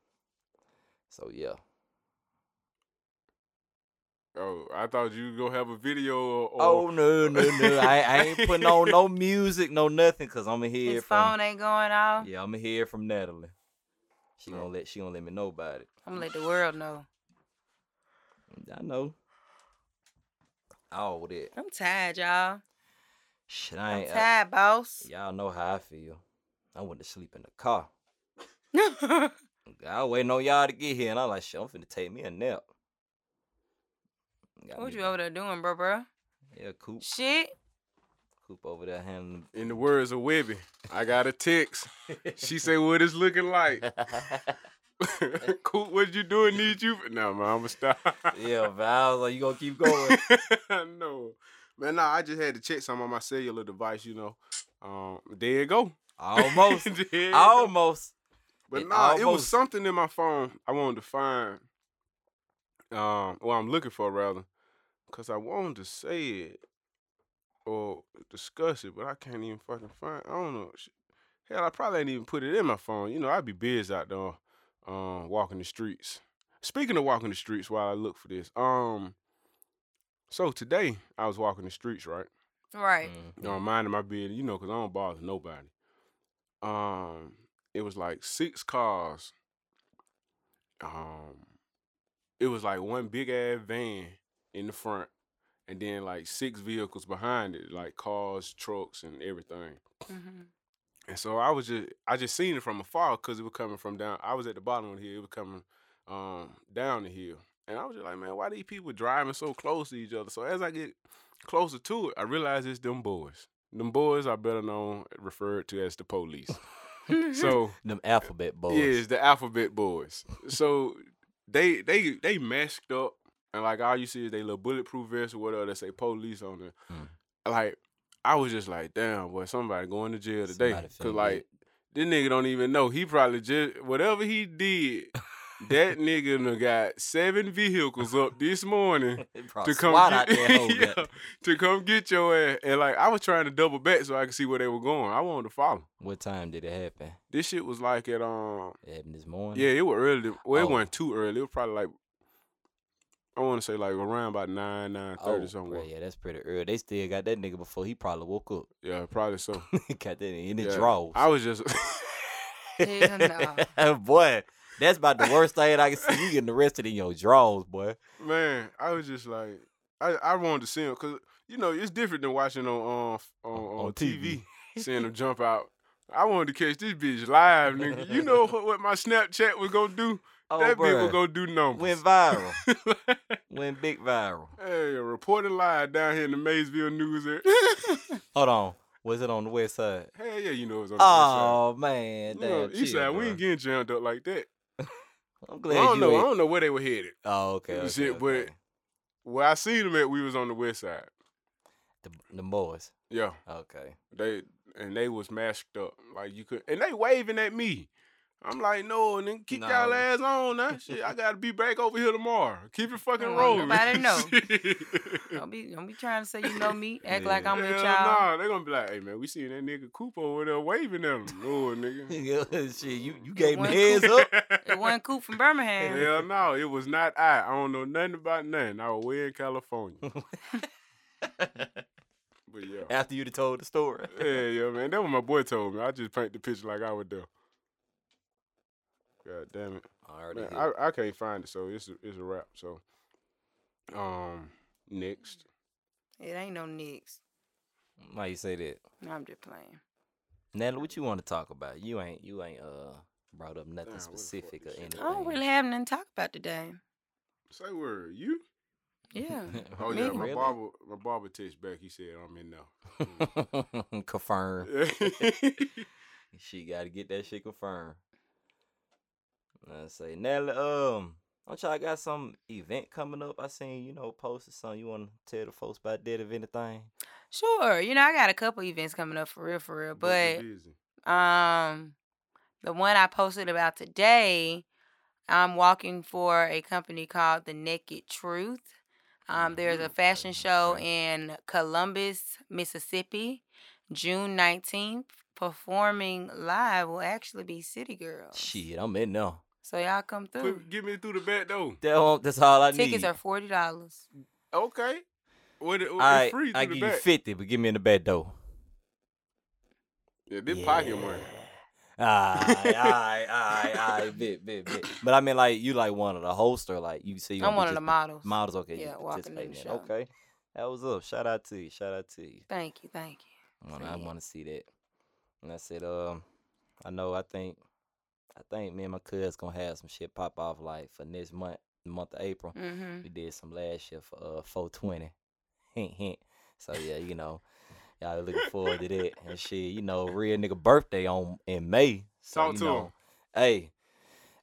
So yeah, Oh, I thought you go have a video or, or Oh no, no, no! I, I ain't putting on no music, no nothing, cause I'ma hear His from phone ain't going off. yeah, I'ma hear from Natalie. She No. gonna let she gonna let me know about it. I'm gonna let the world know. I know. All that I'm tired, y'all. shit. I I'm ain't, uh I, tired, boss. y'all know how I feel. I went to sleep in the car. <laughs> Yeah. I was waiting on y'all to get here, and I'm like, shit, I'm finna take me a nap. Got what me you back. over there doing, bro, bro? Yeah, Coop, Shit. Coop over there handling. in the words of Webby, I got a text. She say what it's looking like. <laughs> Coop, what you doing? Need you? For? Nah, man, I'ma stop. <laughs> yeah, Val, like you gonna keep going? no, man, nah. I just had to check some on my cellular device. You know, um, there you go. <laughs> Almost, There you go. almost. But It nah, it was almost- something in my phone I wanted to find. Um, well, I'm looking for rather, cause I wanted to say it or discuss it, but I can't even fucking find. I don't know. Sh- Hell, I probably ain't even put it in my phone. You know, I'd be busy out there, um, walking the streets. Speaking of walking the streets, while I look for this, um, so today I was walking the streets, right? Right. you know, minding my business, you know, because I don't bother nobody. Um, it was like six cars. Um, it was like one big ass van in the front, and then like six vehicles behind it, like cars, trucks, and everything. Mm. hmm And so I was just I just seen it from afar because it was coming from down. I was at the bottom of the hill. It was coming um, down the hill, and I was just like, man, why these people driving so close to each other? So as I get closer to it, I realize it's them boys. Them boys are better known referred to as the police. Mm-hmm. so Them alphabet boys. yeah, it's the alphabet boys. So they they they masked up and like all you see is they little bulletproof vests or whatever that say police on it. Mm. Like I was just like, damn, boy, somebody going to jail today. Somebody finna Cause get- like this nigga don't even know. He probably just whatever he did, that <laughs> nigga done got seven vehicles up this morning <laughs> <laughs> They probably to come SWAT get, out there, <laughs> <laughs> hold Yeah, up. to come get your ass. And like I was trying to double back so I could see where they were going. I wanted to follow. What time did it happen? This shit was like at um It happened this morning. yeah, it was early. Well, it Oh. wasn't too early. It was probably like I want to say like around about nine nine Oh, thirty somewhere. bruh, yeah, that's pretty early. They still got that nigga before he probably woke up. <laughs> Yeah, probably so. got that in the Yeah. drawers. I was just <laughs> Hell <laughs> boy, that's about the worst thing I can see. You getting arrested in your drawers, boy. man, I was just like I I wanted to see him because you know it's different than watching on on f- <laughs> on, on, On TV, TV. seeing <laughs> him jump out. I wanted to catch this bitch live, nigga. You know what, what my Snapchat was gonna do? <laughs> Oh, that bitch was bruh, gonna do <laughs> went numbers. viral. went big viral. <laughs> hey, reported live down here in the Maysville News. Area. <laughs> no. Hold on, was it on the west side? Hell yeah, you know it was on the website. Oh man, You damn, know, chill, East Side, we bruh. ain't getting jammed up like that. I'm I glad don't you. know. I ain't- don't know where they were headed. Oh, okay. okay, Shit, but- okay. Where I seen them at, we was on the west side. the the boys. Yeah, Okay. they and they was masked up like you could, and they waving at me. I'm like, no, and then keep No. y'all ass on. <laughs> Now. Shit, I gotta be back over here tomorrow. Keep it fucking Don't want rolling. nobody know. <laughs> Shit. <laughs> Don't be don't be trying to say you know me. Act like Yeah. I'm your Hell child. nah, they gonna be like, hey man, we seen that nigga Cooper over there waving at him. No, nigga. <laughs> Shit, you you gave me <laughs> one heads up. It wasn't cool from Birmingham. Hell no, it was not I. I don't know nothing about nothing. I was way in California. <laughs> But yeah. After you told the story. Yeah, yeah, man. That what my boy told me. I just paint the picture like I would do. God damn it. I already Man, hit. I, I can't find it, so it's a, it's a wrap. So, um, next. It ain't no nicks. Why you say that? No, I'm just playing. Natalie, what you want to talk about? You ain't you ain't uh brought up nothing Damn, where the fuck specific or this shit anything. at? I <laughs> don't Oh, really have nothing to talk <laughs> about today. Say word. <laughs> You? Yeah. Oh Me? yeah, my barber my barber text back. He said I'm in <laughs> now. Really? Confirm. <laughs> Yeah. She got to get that shit confirmed. I say, Natalie, um, don't y'all got some event coming up? I seen you know posted something. You want to tell the folks about that if anything? Sure. You know, I got a couple events coming up for real, for real. Booked But and busy. Um, the one I posted about today, I'm walking for a company called The Naked Truth. Um, there's a Mhm. fashion show Okay. in Columbus, Mississippi, June 19th. Performing live will actually be City Oh, Girls. Shit, I'm in now. So y'all come through. Put, get me through the back door. That all- That's all I need. Tickets are forty dollars. Okay. What, it- what, I it's free through I the give you back. fifty, but give me in the back door. yeah, this pocket money. Aye, <laughs> aye, aye, aye, bit, bit, bit. But I mean, like you, like one of the hosts, or like you say, you I'm gonna be one of the just models. models. Okay, you Yeah, walking in participating the in. show. Okay, that was up. Shout out to you. Shout out to you. Thank you, thank you. I wanna- So, I yeah. want to see that. And I said, um, I know. I think, I think me and my cousin's gonna have some shit pop off like for next month, the month of April. Mm-hmm. We did some last year for uh 420. <laughs> Hint hint. So yeah, you know, y'all looking forward to that and shit. You know, real nigga birthday on in May. So Talk you to know, 'em. hey,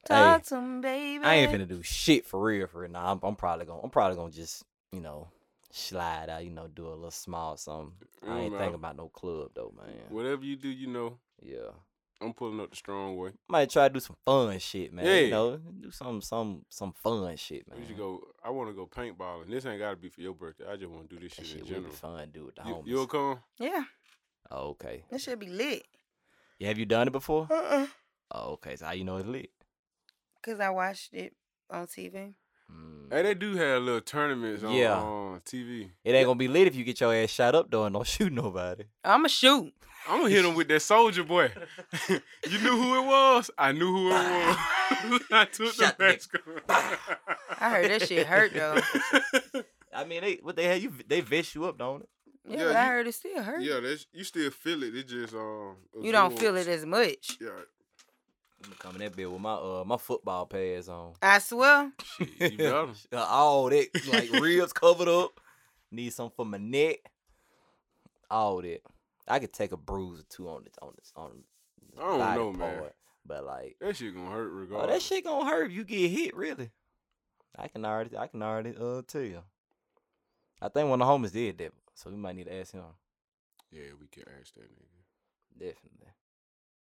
Talk to me, baby. I ain't finna do shit for real for real. Nah, I'm, I'm probably gonna I'm probably gonna just you know slide out. You know, do a little small something. I Mm, ain't nah. thinking about no club though, man. Whatever you do, you know, Yeah. I'm pulling up the strong way. Might try to do some fun shit, man. Yeah. You know, do some some some fun shit, man. We should go. I want to go paintballing. This ain't got to be for your birthday. I just want to do this That shit, shit in will be general. fun, dude. The You, homies. you'll come. Yeah, oh, okay. this should be lit. Yeah, have you done it before? Uh-uh. Oh, okay. So how you know it's lit? Cause I watched it on TV. Mm. Hey, they do have little tournaments on, Yeah. on TV. It ain't gonna be lit if you get your ass shot up though and don't <laughs> shoot nobody. I'ma shoot. I'm gonna hit him with that soldier boy. <laughs> you knew who it was. I knew who it was. <laughs> I took Shot the mask off. I heard that shit hurt <laughs> though. I mean, they what they have you they vest you up, don't it? Yeah, Yeah, but I you- heard it still <laughs> hurt. yeah, that's you still feel it. It just um. you don't feel it as much. <laughs> Yeah, I'm coming that bit with my uh my football pads on. I swear. shit, <laughs> you got 'em. Uh, All that like <laughs> ribs covered up. Need some for my neck. All that. I could take a bruise or two on the on this on the I don't body know, man. part, But like That shit gonna hurt oh, regardless. that shit gonna hurt if you get hit, really. I can already I can already uh tell you. I think one of the homies did that, so we might need to ask him. Yeah, we can ask that nigga. Definitely.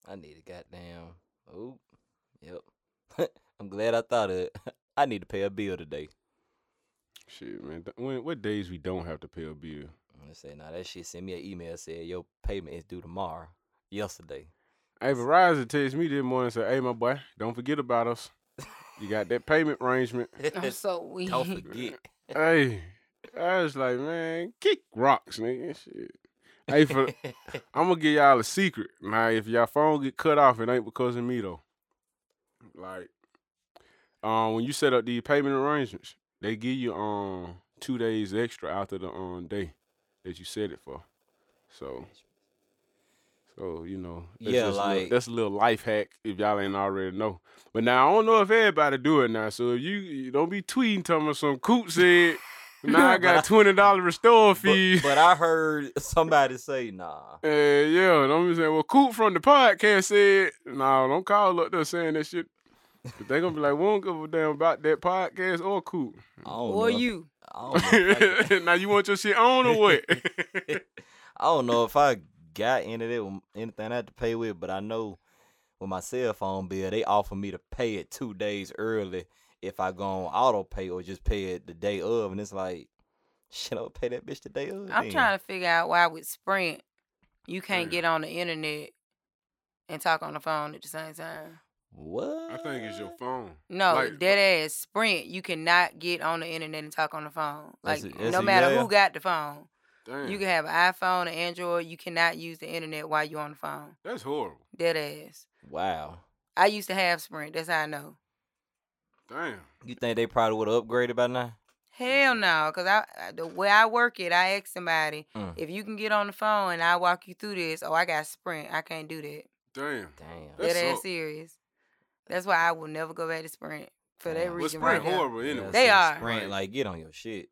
I need a goddamn. Oh, yep. <laughs> I'm glad I thought of it. <laughs> I need to pay a bill today. Shit, man. th- When, what days we don't have to pay a bill? I say, nah, that shit sent me an email said your payment is due tomorrow. Yesterday. Hey, Verizon texted me this morning and said, "Hey, my boy, don't forget about us. You got that payment arrangement." <laughs> I'm so weak. <laughs> <laughs> Don't forget. hey, I was like, man, kick rocks, nigga. Shit. Hey, <laughs> for I'm gonna give y'all a secret. Now, if y'all phone get cut off, it ain't because of me though. Like, um, when you set up the payment arrangements, they give you um two days extra after the um day that you set it for. So, so you know, that's Yeah, just a little- like- that's a little life hack if y'all ain't already know. But now I don't know if everybody do it now. So if you, you don't be tweeting talking about some coot said. Now <laughs> I But I- got twenty dollar restore fee. but, but I heard somebody say, nah. Uh, yeah, and I'm just saying, well, Coop from the podcast said, no, don't call up there saying that shit. But they gonna be like, we don't give a damn about that podcast or Coop. I don't know Or if- you. I Oh, don't, know if I, <laughs> now you want your shit on or <laughs> what? I don't know if I got into that with anything I had to pay with, but I know with my cell phone bill, they offer me to pay it two days early if I go on auto pay or just pay it the day of, and it's like, shit, I'll pay that bitch the day of. I'm trying to figure out why with Sprint you can't Mm. get on the internet and talk on the phone at the same time. What? I think it's your phone. No, Like- dead ass Sprint. You cannot get on the internet and talk on the phone. Like That's a- that's no a matter yeah. who got the phone, Damn, you can have an iPhone, an Android. You cannot use the internet while you're on the phone. that's horrible. Dead ass. Wow. I used to have Sprint. That's how I know. Damn, You think they probably would have upgraded by now? Hell no, cause I I- the way I work it, I ask somebody Mm. if you can get on the phone and I walk you through this. Oh, I got Sprint. I can't do that. damn. Damn. That Dead ass suck. serious. That's why I will never go back to Sprint for that Damn. But reason. Sprint Right now. horrible anyway. They Yeah, are. Sprint, like, get on <laughs> your shit.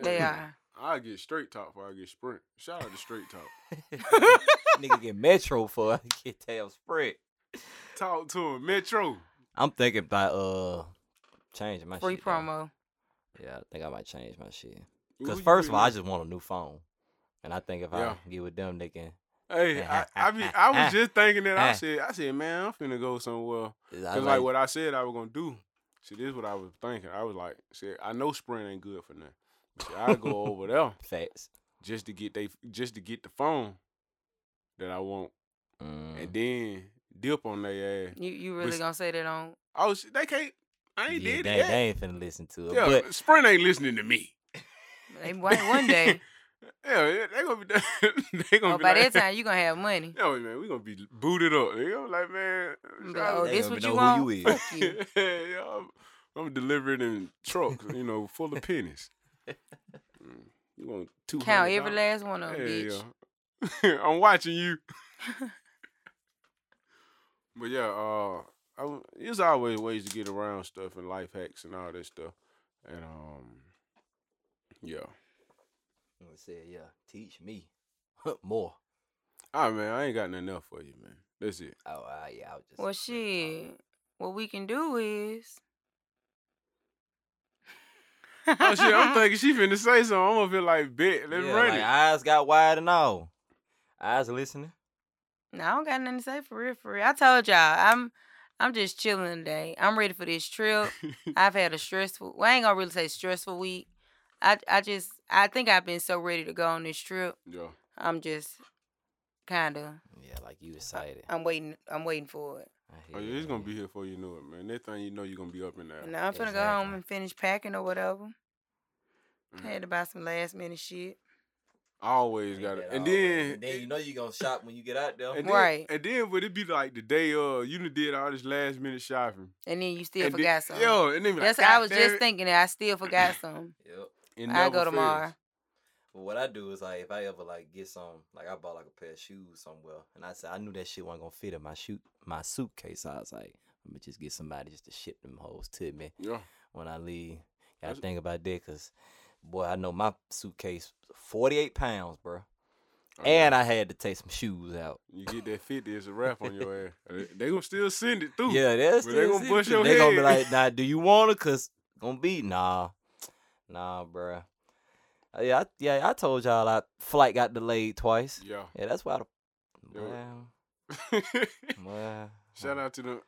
They Yeah. are. I get straight talk before I get Sprint. Shout out to Straight Talk. Nigga get Metro for <laughs> I get damn Sprint. Talk to him, Metro. I'm thinking about uh changing my Free shit. though. promo. Yeah, I think I might change my shit. Who Cause you first of with all, I now? just want a new phone, and I think if Yeah. I get with them, they can Hey, I, I, be, I <laughs> was just thinking that I said, I said, man, I'm finna go somewhere. I Cause like what I said I was gonna do. See, this is what I was thinking. I was like, shit, I know spring ain't good for nothing. But shit, I go over there facts. just to get they just to get the phone that I want, Mm. and then dip on their ass. You you really s- gonna say that on? Oh, shit, they can't. I Yeah, ain't they, did it they yet. ain't finna listen to it. Yeah, But spring ain't listening to me. They, one one day, Yeah, yeah, they gonna be. <laughs> they gonna or be Oh, by like, that time you gonna <laughs> have money. Yo, man, we gonna be booted up. Nigga. I'm like, man, You be like, y'all- oh, They this gonna what know you who want? you is. <laughs> Fuck you. yeah, I'm, I'm delivering in trucks, you know, full of pennies. Mm, You want two Count every last one of them, bitch. yeah. <laughs> I'm watching <laughs> you. but yeah, uh, I, w- there's always ways to get around stuff and life hacks and all that stuff. And um, yeah, I said, yeah, teach me <laughs> more. ah man, I ain't got nothing else for you, man. That's it. Oh, uh, yeah, I was just. Well, shit. What we can do is. <laughs> Oh shit, I'm thinking she finna say something. I'm gonna feel like, bitch, let's yeah, run like, it. eyes got wide and all. Eyes listening. No, I don't got nothing to say for real. For real, I told y'all I'm. I'm just chilling today. I'm ready for this trip. I've had a stressful. Well, I ain't gonna really say stressful week. I I just I think I've been so ready to go on this trip. <laughs> yeah. I'm just kind of. Yeah, like <laughs> you excited. I'm waiting. I'm waiting for it. I Oh, hear yeah, it's you. gonna be here before you know it, man. Next thing you know, you're gonna be up in there. And now I'm finna go Exactly. home and finish packing or whatever. Mhm. Had to buy some last minute shit. I always Ain't got it. that And all, man? then, And then you know you gonna shop when you get out there. and then, Right. and then would it be like the day uh you done did all this last minute shopping? And then you still and then- forgot something. Yo, and then be like, That's what I "God was damn just it," thinking that I <coughs> still forgot something. Yep. it I'll never go tomorrow. fails. But what I do is like if I ever like get some like I bought like a pair of shoes somewhere and I said I knew that shit wasn't gonna fit in my shoot my suitcase. I was like, let me just get somebody just to ship them hoes to me Yeah. when I leave. Gotta That's- think about that cause boy, I know my suitcase forty eight pounds, bro. Oh, And yeah. I had to take some shoes out. you get that 50, it's a wrap on your <laughs> ass. Uh, They gonna still send it through. Yeah, that's But they the gonna shit. bust your They gonna be head. like, nah, do you want it? Cause gonna be nah, nah, bruh. Uh, Yeah, I, yeah, I told y'all I flight got delayed twice. Yeah. <laughs> Yeah, that's why. Yeah. The, well, well, Shout out to them. Uh,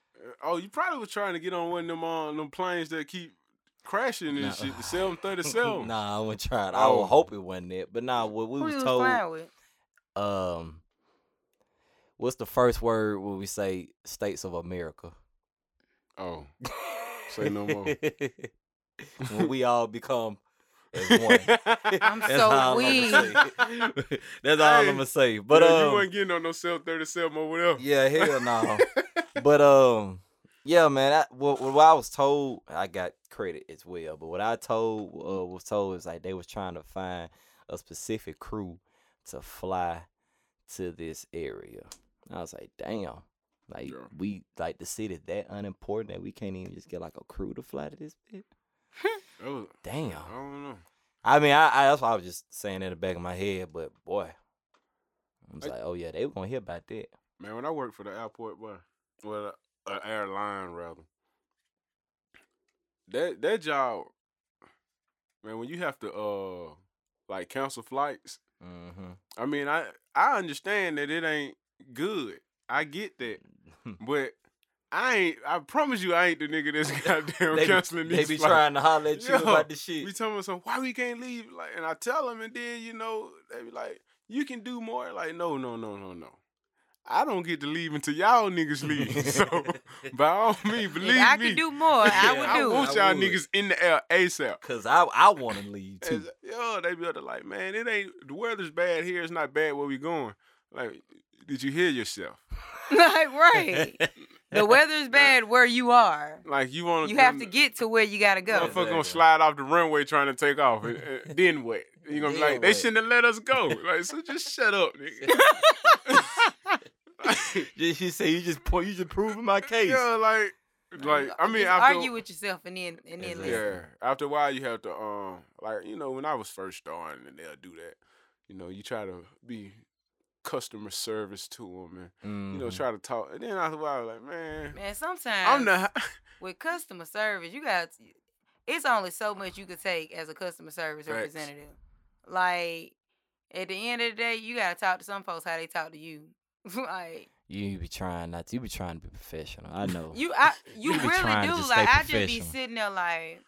Oh, you probably was trying to get on one of them uh, them planes that keep crashing and No. shit. The <laughs> 737. nah, I wasn't trying. I Oh. would hope it wasn't it, but nah, what we Who was you was told. flying with? Um, what's the first word when we say states of America? Oh. Say no more. <laughs> when we <laughs> all become as one. <laughs> I'm That's so all weak. <laughs> I'ma say. That's all Hey, I'm gonna say. But Yeah, you um, wasn't getting on no cell 37 over there. Yeah, hell <laughs> no. but um, yeah, man. I, what, what I was told, I got credit as well. But what I told uh, was told is like they was trying to find a specific crew to fly to this area. And I was like, damn. Like Yeah. we like the city that unimportant that we can't even just get like a crew to fly to this bit. That was- Damn. I don't know. I mean, I, I that's why I was just saying in the back of my head. But boy, I was I- like, oh yeah, they were gonna hear about that. Man, when I worked for the airport, boy, well, an airline rather, that that job, man, when you have to uh like cancel flights, Mm-hmm. <laughs> I mean, I I understand that it ain't good. I get that, but I ain't. I promise you, I ain't the nigga <laughs> that's goddamn they be- canceling They these be flights. trying to holler at you Yo, about the We shit. tell them something, why we can't leave? Like, and I tell them, and then you know they be like, "You can do more." Like, no, no, no, no, no. I don't get to leave until y'all niggas <laughs> leave. <laughs> so by all means, <laughs> If believe I me, could do <laughs> more, Yeah, I would I do. want I y'all would. niggas in the air ASAP. Cause I I want to leave too. As- Yo, they be up there like, man, it ain't the weather's bad here. It's not bad where we going. Like, did you hear yourself? <laughs> like <laughs> right. <laughs> The weather's bad where you are. Like, you want You have to get to where you gotta go. Motherfucker gonna Exactly. slide off the runway trying to take off. and- and then what? You gonna be Then like, they what? shouldn't have let us <laughs> go. Like, so just shut up, nigga. Like, Just you say you just po- you just proving my case. yeah, like, like I mean, Just after argue with yourself and then and then Exactly. listen. yeah, after a while you have to um, like you know, when I was first starting, and they'll do that. You know, you try to be customer service to them, and you know, Mhm. try to talk. And then after a while, like, man, Man, sometimes I'm not. <laughs> with customer service, you got it's only so much you could take as a customer service Facts. representative. Like At the end of the day, you gotta talk to some folks how they talk to you. <laughs> like You be trying not to. You be trying to be professional. I know. you, I you You be really trying do. to just Like I stay just be professional. sitting there like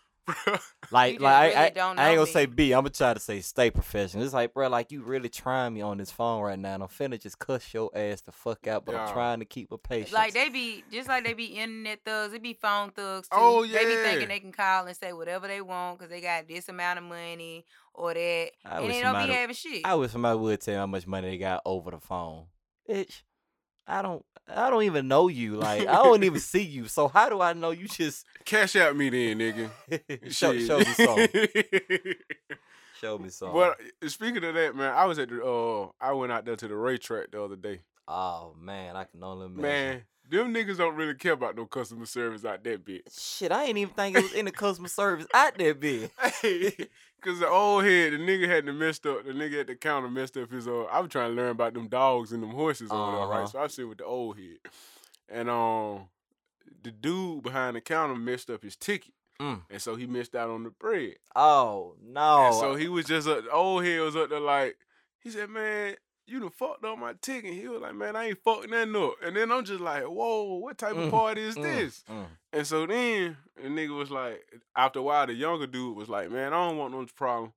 like, you just like I, really I, don't I ain't know gonna say me. B. I'm gonna try to say stay professional. It's like, bro, like you really trying me on this phone right now, and I'm finna just cuss your ass the fuck out. But Yeah. I'm trying to keep a patience. like they be just like they be internet thugs. They be phone thugs too. Oh, They be yeah. thinking they can call and say whatever they want because they got this amount of money or that, I and wish they don't be somebody- having shit. I wish somebody would tell me how much money they got over the phone. Bitch, I don't. I don't even know you. Like I <laughs> don't even see you. So how do I know you? Just <laughs> Cash out me then, nigga. show, Shit. show me some. <laughs> Show me some. But uh, speaking of that, man, I was at the uh, I went out there to the Ray track the other day. oh man, I can only imagine. Man, them niggas don't really care about no customer service out that bitch. Shit, I ain't even think it was in the customer service out there, bitch. <laughs> Cause the old head, the nigga had to messed up. The nigga at the counter messed up his. Uh, I'm trying to learn about them dogs and them horses over there, Uh-huh. right? So I sit with the old head, and um, the dude behind the counter messed up his ticket, Mm. and so he missed out on the bread. Oh no. And so he was just up, the old head was up there like, he said, man, you done fucked up my ticket. He was like, man, I ain't fucked nothing up. And then I'm just like, whoa, what type of Mm, party is Mm, this? mm. And so then the nigga was like, after a while, the younger dude was like, man, I don't want no problem.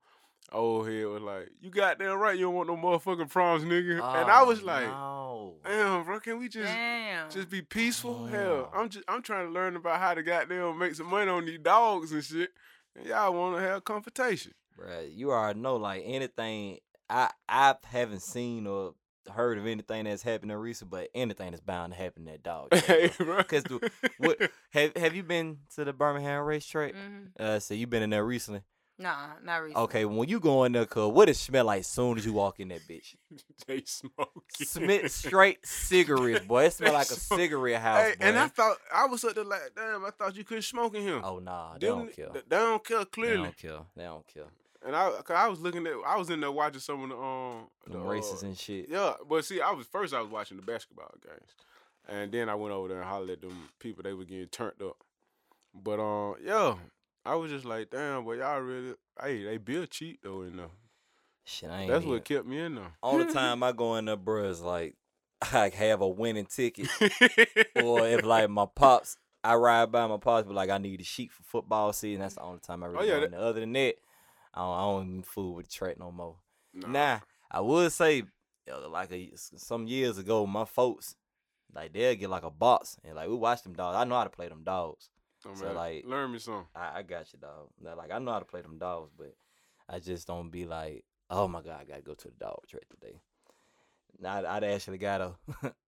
Old head was like, you goddamn right, you don't want no motherfucking problems, nigga. and I Oh, was like, no. damn, bro, can we just Damn. <laughs> just be peaceful. Hell, Yeah. I'm just I'm trying to learn about how to goddamn make some money on these dogs and shit. And y'all want to have <laughs> confrontation. Bruh, you already know like anything I I haven't seen or heard of anything that's happened in recent, but anything that's bound to happen to <laughs> that dog. shit, Hey, bruh. bro. 'Cause the- what have have you been to the Birmingham racetrack? Mhm. Uh so you been in there recently? Nah, not really. Okay, when you go in there, cuz what it smell like soon as you walk in that bitch? <laughs> They smoking. <laughs> Smith straight cigarettes, boy. It smell <laughs> like a So- cigarette <laughs> house, Hey, boy. and I thought I was up there like, damn, I thought you couldn't smoke in here. oh nah, they Them- don't kill. th- They don't care They clearly. don't kill. They don't kill. And I, cause I was looking at, I was in there watching some of the um the Them uh, races and shit. Yeah, but see, I was first I was watching the basketball games, and then I went over there and hollered at them people. They were getting turned up, but um, yeah, I was just like, damn, but y'all really, hey, they bill cheap though in there. Shit, I ain't That's even- what kept me in there. All the time I go in there, bruh, is like <laughs> I have a winning ticket. or if like my pops, I ride by my pops, but like I need a sheet for football season. That's the only time I really Oh, yeah, go that- in there. Other than that, I don't, I don't even fool with the track no more. <laughs> Nah. Nah, I would say uh, like a, some years ago, my folks. Like they'll get like a box and like we watch them dogs. I know how to play them dogs. So, So, man, like- learn me <laughs> some. <laughs> I, I got you, dog. Now, like I know how to play them dogs, but I just don't be like, oh my god, I gotta go to the dog track today. Now I'd, I'd actually got a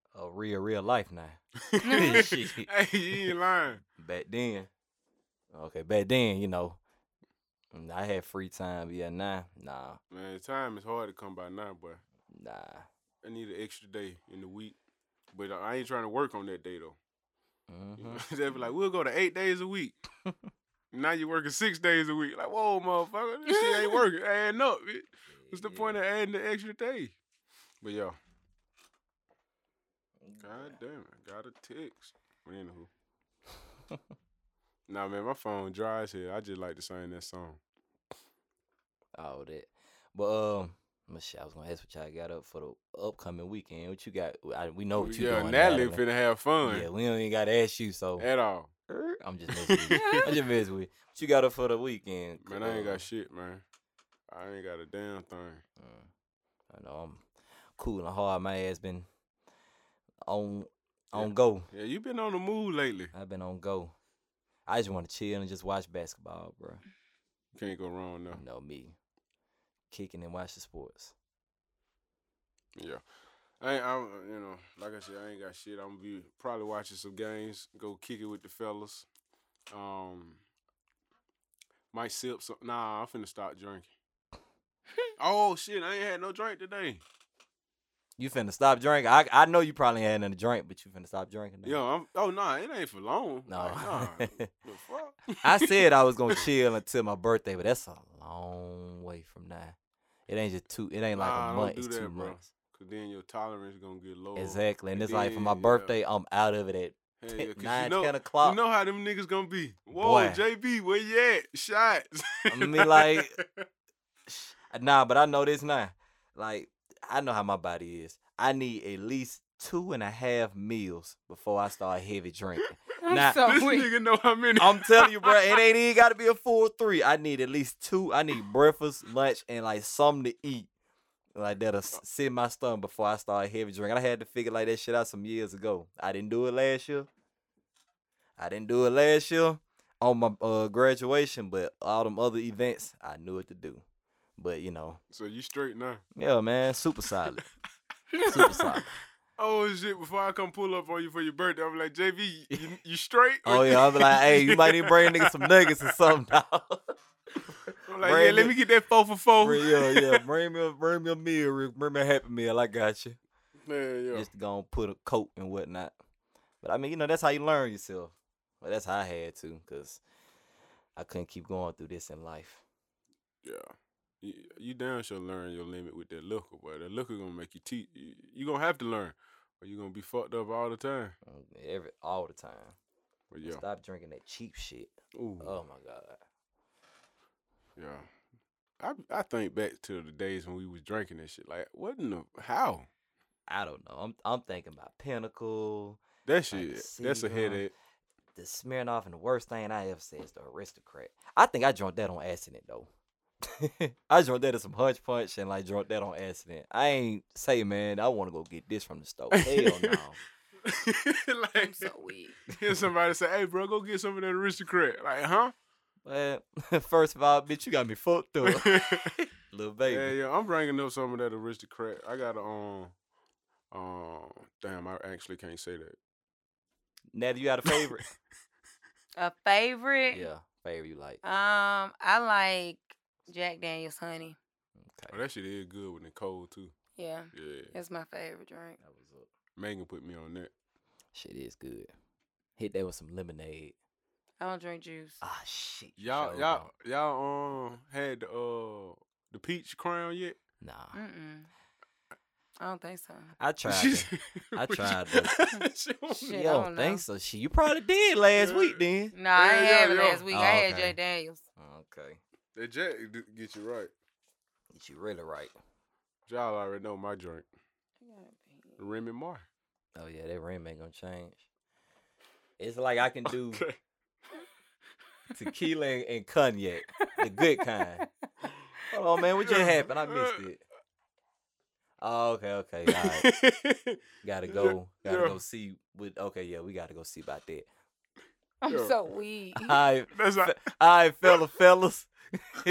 <laughs> a real real life now. Shit. hey, you ain't lying. Back then, okay, back then, you know, mm, I had free time. Yeah, nah, nah, Man, time is hard to come by now, boy. nah. I need an extra day in the week, but I ain't trying to work on that day though. You hmm know, they be like, we'll go to eight days a <laughs> week. now you're working six days a week. Like, whoa, motherfucker, this shit ain't working. Adding up. bitch. <laughs> What's the point of adding the extra day? But yo, god damn it, I got a text. But anywho, <laughs> nah, man, my phone dry as hell. I just like to sing that song. all that. But um, let's see, I was gonna ask what y'all got up for the upcoming weekend. What you got? I, we know what you Oh, yeah, doing. Natalie finna have fun Yeah, we don't even gotta ask you. So at all. Er, <laughs> I'm just messing with you. I'm just messing with you. What you got up for the weekend? Man, I ain't Uh, got shit, man. I ain't got a damn thing. mm, I know I'm cool and hard. My ass been on on go. Yeah, you been on the move lately. I've been on go. I just want to chill and just watch basketball, bro. Can't go wrong now. You know me, kicking and watching sports. Yeah. I, ain't- I'm, uh, you know, like I said, I ain't got shit. I'm gonna be probably watching some games. Go kick it with the fellas. Um, might sip some. Nah, I'm finna stop <laughs> drinking. oh shit, I ain't had no drink today. You finna stop drinking? I I know you probably ain't had nothing to drink, but you finna stop drinking. now? Yo, I'm. Oh nah, it ain't for long. No. Like, nah. <laughs> the fuck? I said I <laughs> was gonna chill until my birthday, but that's a long way from now. It ain't just two. It ain't like Nah, a don't month. do It's that, two bro. months. Cause then your tolerance gonna get low. Exactly. And and it's like for then, my yeah. birthday, I'm out of it at Hell 10, yeah, 'cause 9, you know, 10 o'clock. You know how them niggas gonna be. Whoa, Boy. JB, where <laughs> you at? <laughs> Shots. uh, I mean, like- nah, but I know this now. Like I know how my body is. I need at least two and a half meals before I start heavy drinking. <laughs> I'm Nah, so this weak. nigga know how many. I'm telling you, bro, it ain't even got to be a full three. I need at least two. I need breakfast, lunch, and like something to eat, like that'll s- sit in my stomach before I start heavy drinking. I had to figure like that shit out some years ago. I didn't do it last year. I didn't do it last year on my uh, graduation, but all them other events, I knew what to do. But you know, so you straight now. yeah, man, super solid, <laughs> super solid. Oh shit! Before I come pull up on you for your birthday, I'm like <laughs> JV, you, you straight? Oh yeah, I'm like, hey, you <laughs> might even bring niggas some nuggets or something. <laughs> Now. I'm like, yeah, Brandon- let me get that four for four. <laughs> Bring, yeah, yeah. Bring me, a, bring me a meal. Rick. Bring me a happy meal. I got you. Man, yeah. Just to go and put a coat and whatnot. But I mean, you know, that's how you learn yourself. Well, that's how I had to, cause I couldn't keep going through this in life. Yeah. You, you down should learn your limit with that liquor, but that liquor gonna make you teach. You, you gonna have to learn, or you gonna be fucked up all the time. Um, Every all the time. But And yeah, Stop drinking that cheap shit. Ooh, Oh my god. yeah. I I think back to the days when we was drinking that shit. Like, what in the how? I don't know. I'm I'm thinking about Pinnacle, That Like shit. that's a Seagull. headache. the Smirnoff, and the worst thing I ever said is the Aristocrat. I think I drunk that on accident though. <laughs> I drunk that as some hunch punch and like drunk that on accident. I ain't say, man, I want to go get this from the store. Hell no. I'm <laughs> like, so <laughs> weak. hear somebody say, "Hey, bro, go get some of that aristocrat." Like, huh? <laughs> But <laughs> first of all, bitch, you got me fucked <laughs> up, little baby. Yeah, yeah. I'm bringing up some of that aristocrat. I got to um, um. Damn, I actually can't say that. Natty, you got <laughs> a favorite? A favorite? yeah, favorite you like. Um, I like Jack Daniels honey. Oh, Okay. that shit is good when it's cold too. Yeah, Yeah, that's my favorite drink. That was up. Megan put me on that. Shit is good. Hit that with some lemonade. I don't drink juice. Ah, shit. you Y'all, sure y'all, don't. y'all. Um, had the uh the peach crown yet? <laughs> Nah. Mm-mm. I don't think <laughs> so. I tried. it. I tried that. <laughs> She want me- Shit, I You don't don't know. think so? Shit, you probably did last week then. No, I Yeah, ain't yeah, had it yeah. last week. Oh, I had okay. Jack Daniels. Okay. that Jack d- get you right. Get you really right. Y'all already know my drink, Remy Mar. Oh yeah, that rim ain't gonna change. It's like I can do Okay. <laughs> tequila and, and cognac, the good kind. Hold on, man, what just happened? I missed it. Oh, okay, okay, all <laughs> right. Gotta Yeah, go, gotta yeah. go see. With okay, yeah, we gotta go see about <laughs> that. I'm Yeah. so weak. <laughs> <laughs> All right, That's not. all right, fella, fellas. <laughs>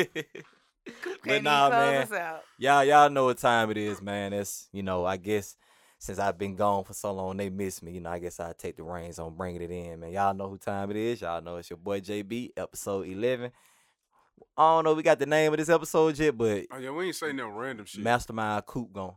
Can't nah, even close man. us out. Y'all, y'all know what time it is, man. That's you know, I guess since I've been gone for so long, they miss me. You know, I guess I take the reins on bringing it in, man. Y'all know who time it is. Y'all know it's your boy JB, episode eleven. I don't know, if we got the name of this episode yet, but Oh yeah, we ain't say no random shit. Mastermind Coop gon'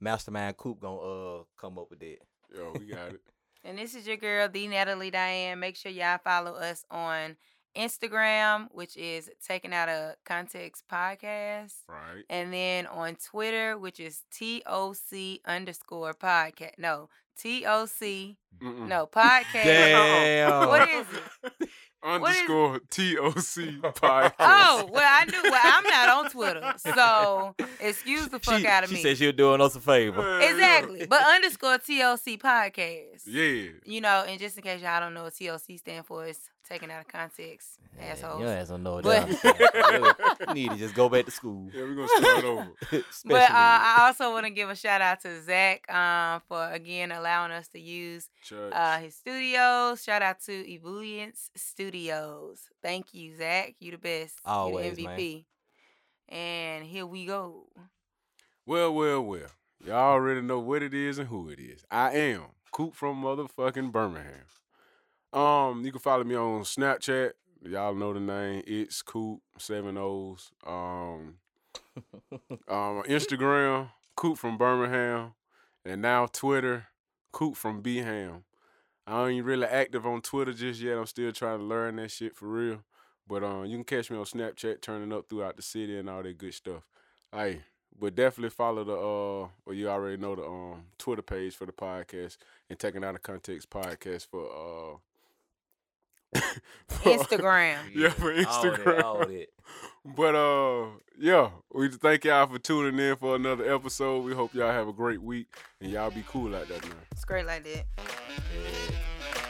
Mastermind Coop gon' uh come up with that. Yo, we got it. And this is your girl, the Natalie Diane. Make sure y'all follow us on Instagram, which is Taken Out of Context Podcast. <laughs> Right. And then on Twitter, which is TOC underscore podcast. No, TOC. Mm-mm. No, podcast. Hmm. Damn. What is <laughs> it? what is- Underscore <laughs> TOC podcast. Oh, well, I knew. Well, I'm not on <laughs> Twitter. So excuse the fuck she, out of she me. said she was doing us <laughs> a favor. Yeah, yeah. Oh, exactly. <laughs> But underscore TOC podcast. Yeah. You know, and just in case y'all don't know what TLC stand for, it's taken out of context, Eh, assholes. Your ass don't know what But- that <laughs> understand. You need to just go back to school. <laughs> Yeah, we're gonna start over. Special But uh, ed. <laughs> I also want to give a shout out to Zach um, for again allowing us to use Church. uh, his studios. Shout out to Ebullience Studios. Thank you, Zach. You the best. Always, you the man. MVP. And here we go. <laughs> Well, well, well. Y'all already know what it is and who it is. I am Coop from motherfucking Birmingham. Um, you can follow me on Snapchat. Y'all know the name. It's Coop Seven O's. Um, um, Instagram Coop from Birmingham, and now Twitter Coop from Beham. I ain't really active on Twitter just yet. I'm still trying to learn that shit for real. But um, you can catch me on Snapchat, turning up throughout the city and all that good stuff. Hey, but definitely follow the uh, well you already know the um <laughs> Twitter page for the podcast and taking out of context podcast for uh for- Instagram. Yeah, for Instagram. All that, all that. But uh, yeah, we just thank y'all for tuning in for another episode. We hope y'all have a great week and y'all be cool out there, man. It's great like that. Yeah.